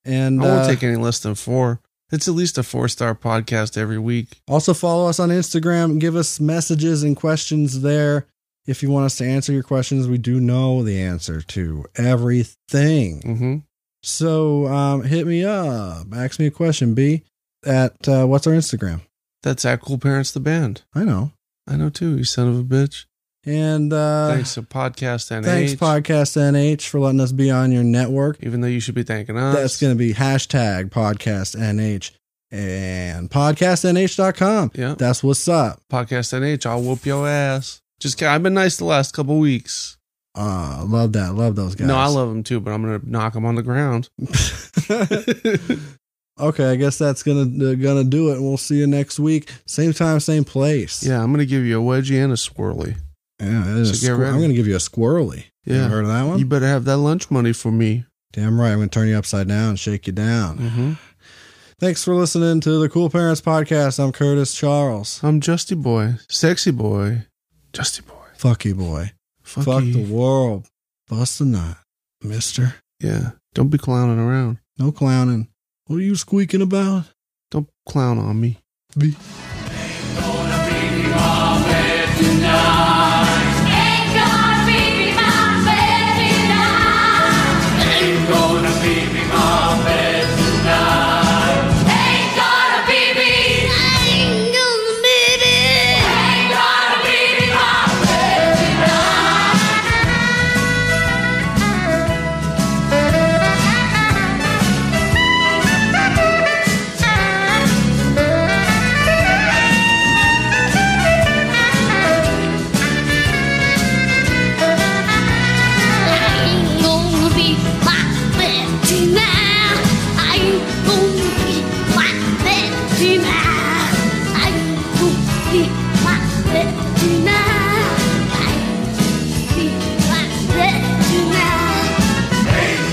Speaker 2: And
Speaker 1: I won't
Speaker 2: uh,
Speaker 1: take any less than four. It's at least a four star podcast every week.
Speaker 2: Also, follow us on Instagram. Give us messages and questions there. If you want us to answer your questions, we do know the answer to everything.
Speaker 1: Mm-hmm.
Speaker 2: So um, hit me up. Ask me a question, B, at uh, what's our Instagram?
Speaker 1: That's at Cool Parents the Band.
Speaker 2: I know.
Speaker 1: I know too, you son of a bitch.
Speaker 2: And uh,
Speaker 1: thanks to Podcast NH.
Speaker 2: thanks, Podcast NH, for letting us be on your network.
Speaker 1: Even though you should be thanking us.
Speaker 2: That's going to be hashtag Podcast NH and podcastnh.com.
Speaker 1: Yeah.
Speaker 2: That's what's up.
Speaker 1: Podcast NH. I'll whoop your ass. Just kidding. I've been nice the last couple weeks.
Speaker 2: Uh, love that. Love those guys.
Speaker 1: No, I love them too, but I'm going to knock them on the ground.
Speaker 2: okay, I guess that's gonna uh, gonna do it. We'll see you next week, same time, same place.
Speaker 1: Yeah, I'm going to give you a wedgie and a swirly.
Speaker 2: yeah. that is
Speaker 1: So
Speaker 2: a
Speaker 1: get
Speaker 2: squir-
Speaker 1: ready.
Speaker 2: I'm gonna give you a squirrely. You
Speaker 1: Yeah.
Speaker 2: heard of that one?
Speaker 1: You better have that lunch money for me.
Speaker 2: Damn right. I'm gonna turn you upside down, and shake you down.
Speaker 1: Mm-hmm.
Speaker 2: Thanks for listening to the Cool Parents Podcast. I'm Curtis Charles.
Speaker 1: I'm Justy Boy. Sexy Boy. Justy Boy.
Speaker 2: Fucky boy.
Speaker 1: Fuck,
Speaker 2: Fuck
Speaker 1: you.
Speaker 2: the world. Bust a nut, Mister.
Speaker 1: Yeah. Don't be clowning around.
Speaker 2: No clowning. What are you squeaking about?
Speaker 1: Don't clown on me.
Speaker 2: Be-
Speaker 4: Ain't gonna be my bed tonight. Ain't gonna be me. Ain't gonna be me. Ain't gonna be me my bed tonight. I'm gonna be my Betty now. I'm gonna be my Betty now. I'm gonna be my Betty now. I'm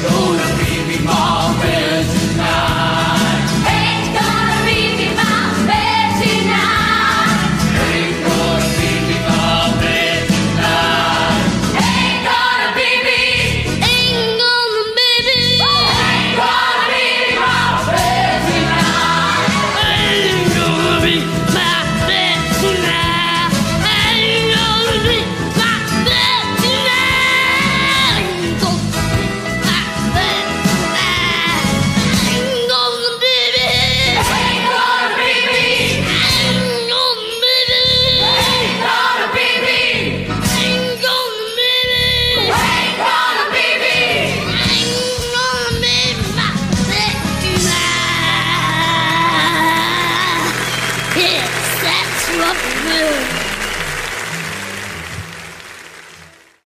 Speaker 4: gonna be my Betty now. Ain't gonna be me my Betty now. Ain't gonna be me. Ain't gonna be me. Ain't gonna be my baby tonight. Ain't gonna be my baby tonight. Ain't gonna be my baby tonight. Ain't gonna be my baby tonight. Ain't gonna be me. Ain't gonna be me. Ain't gonna be me. Ain't gonna be me. Ain't gonna be me. Ain't gonna be me. Ain't gonna be my baby tonight. Yes, that's what we do.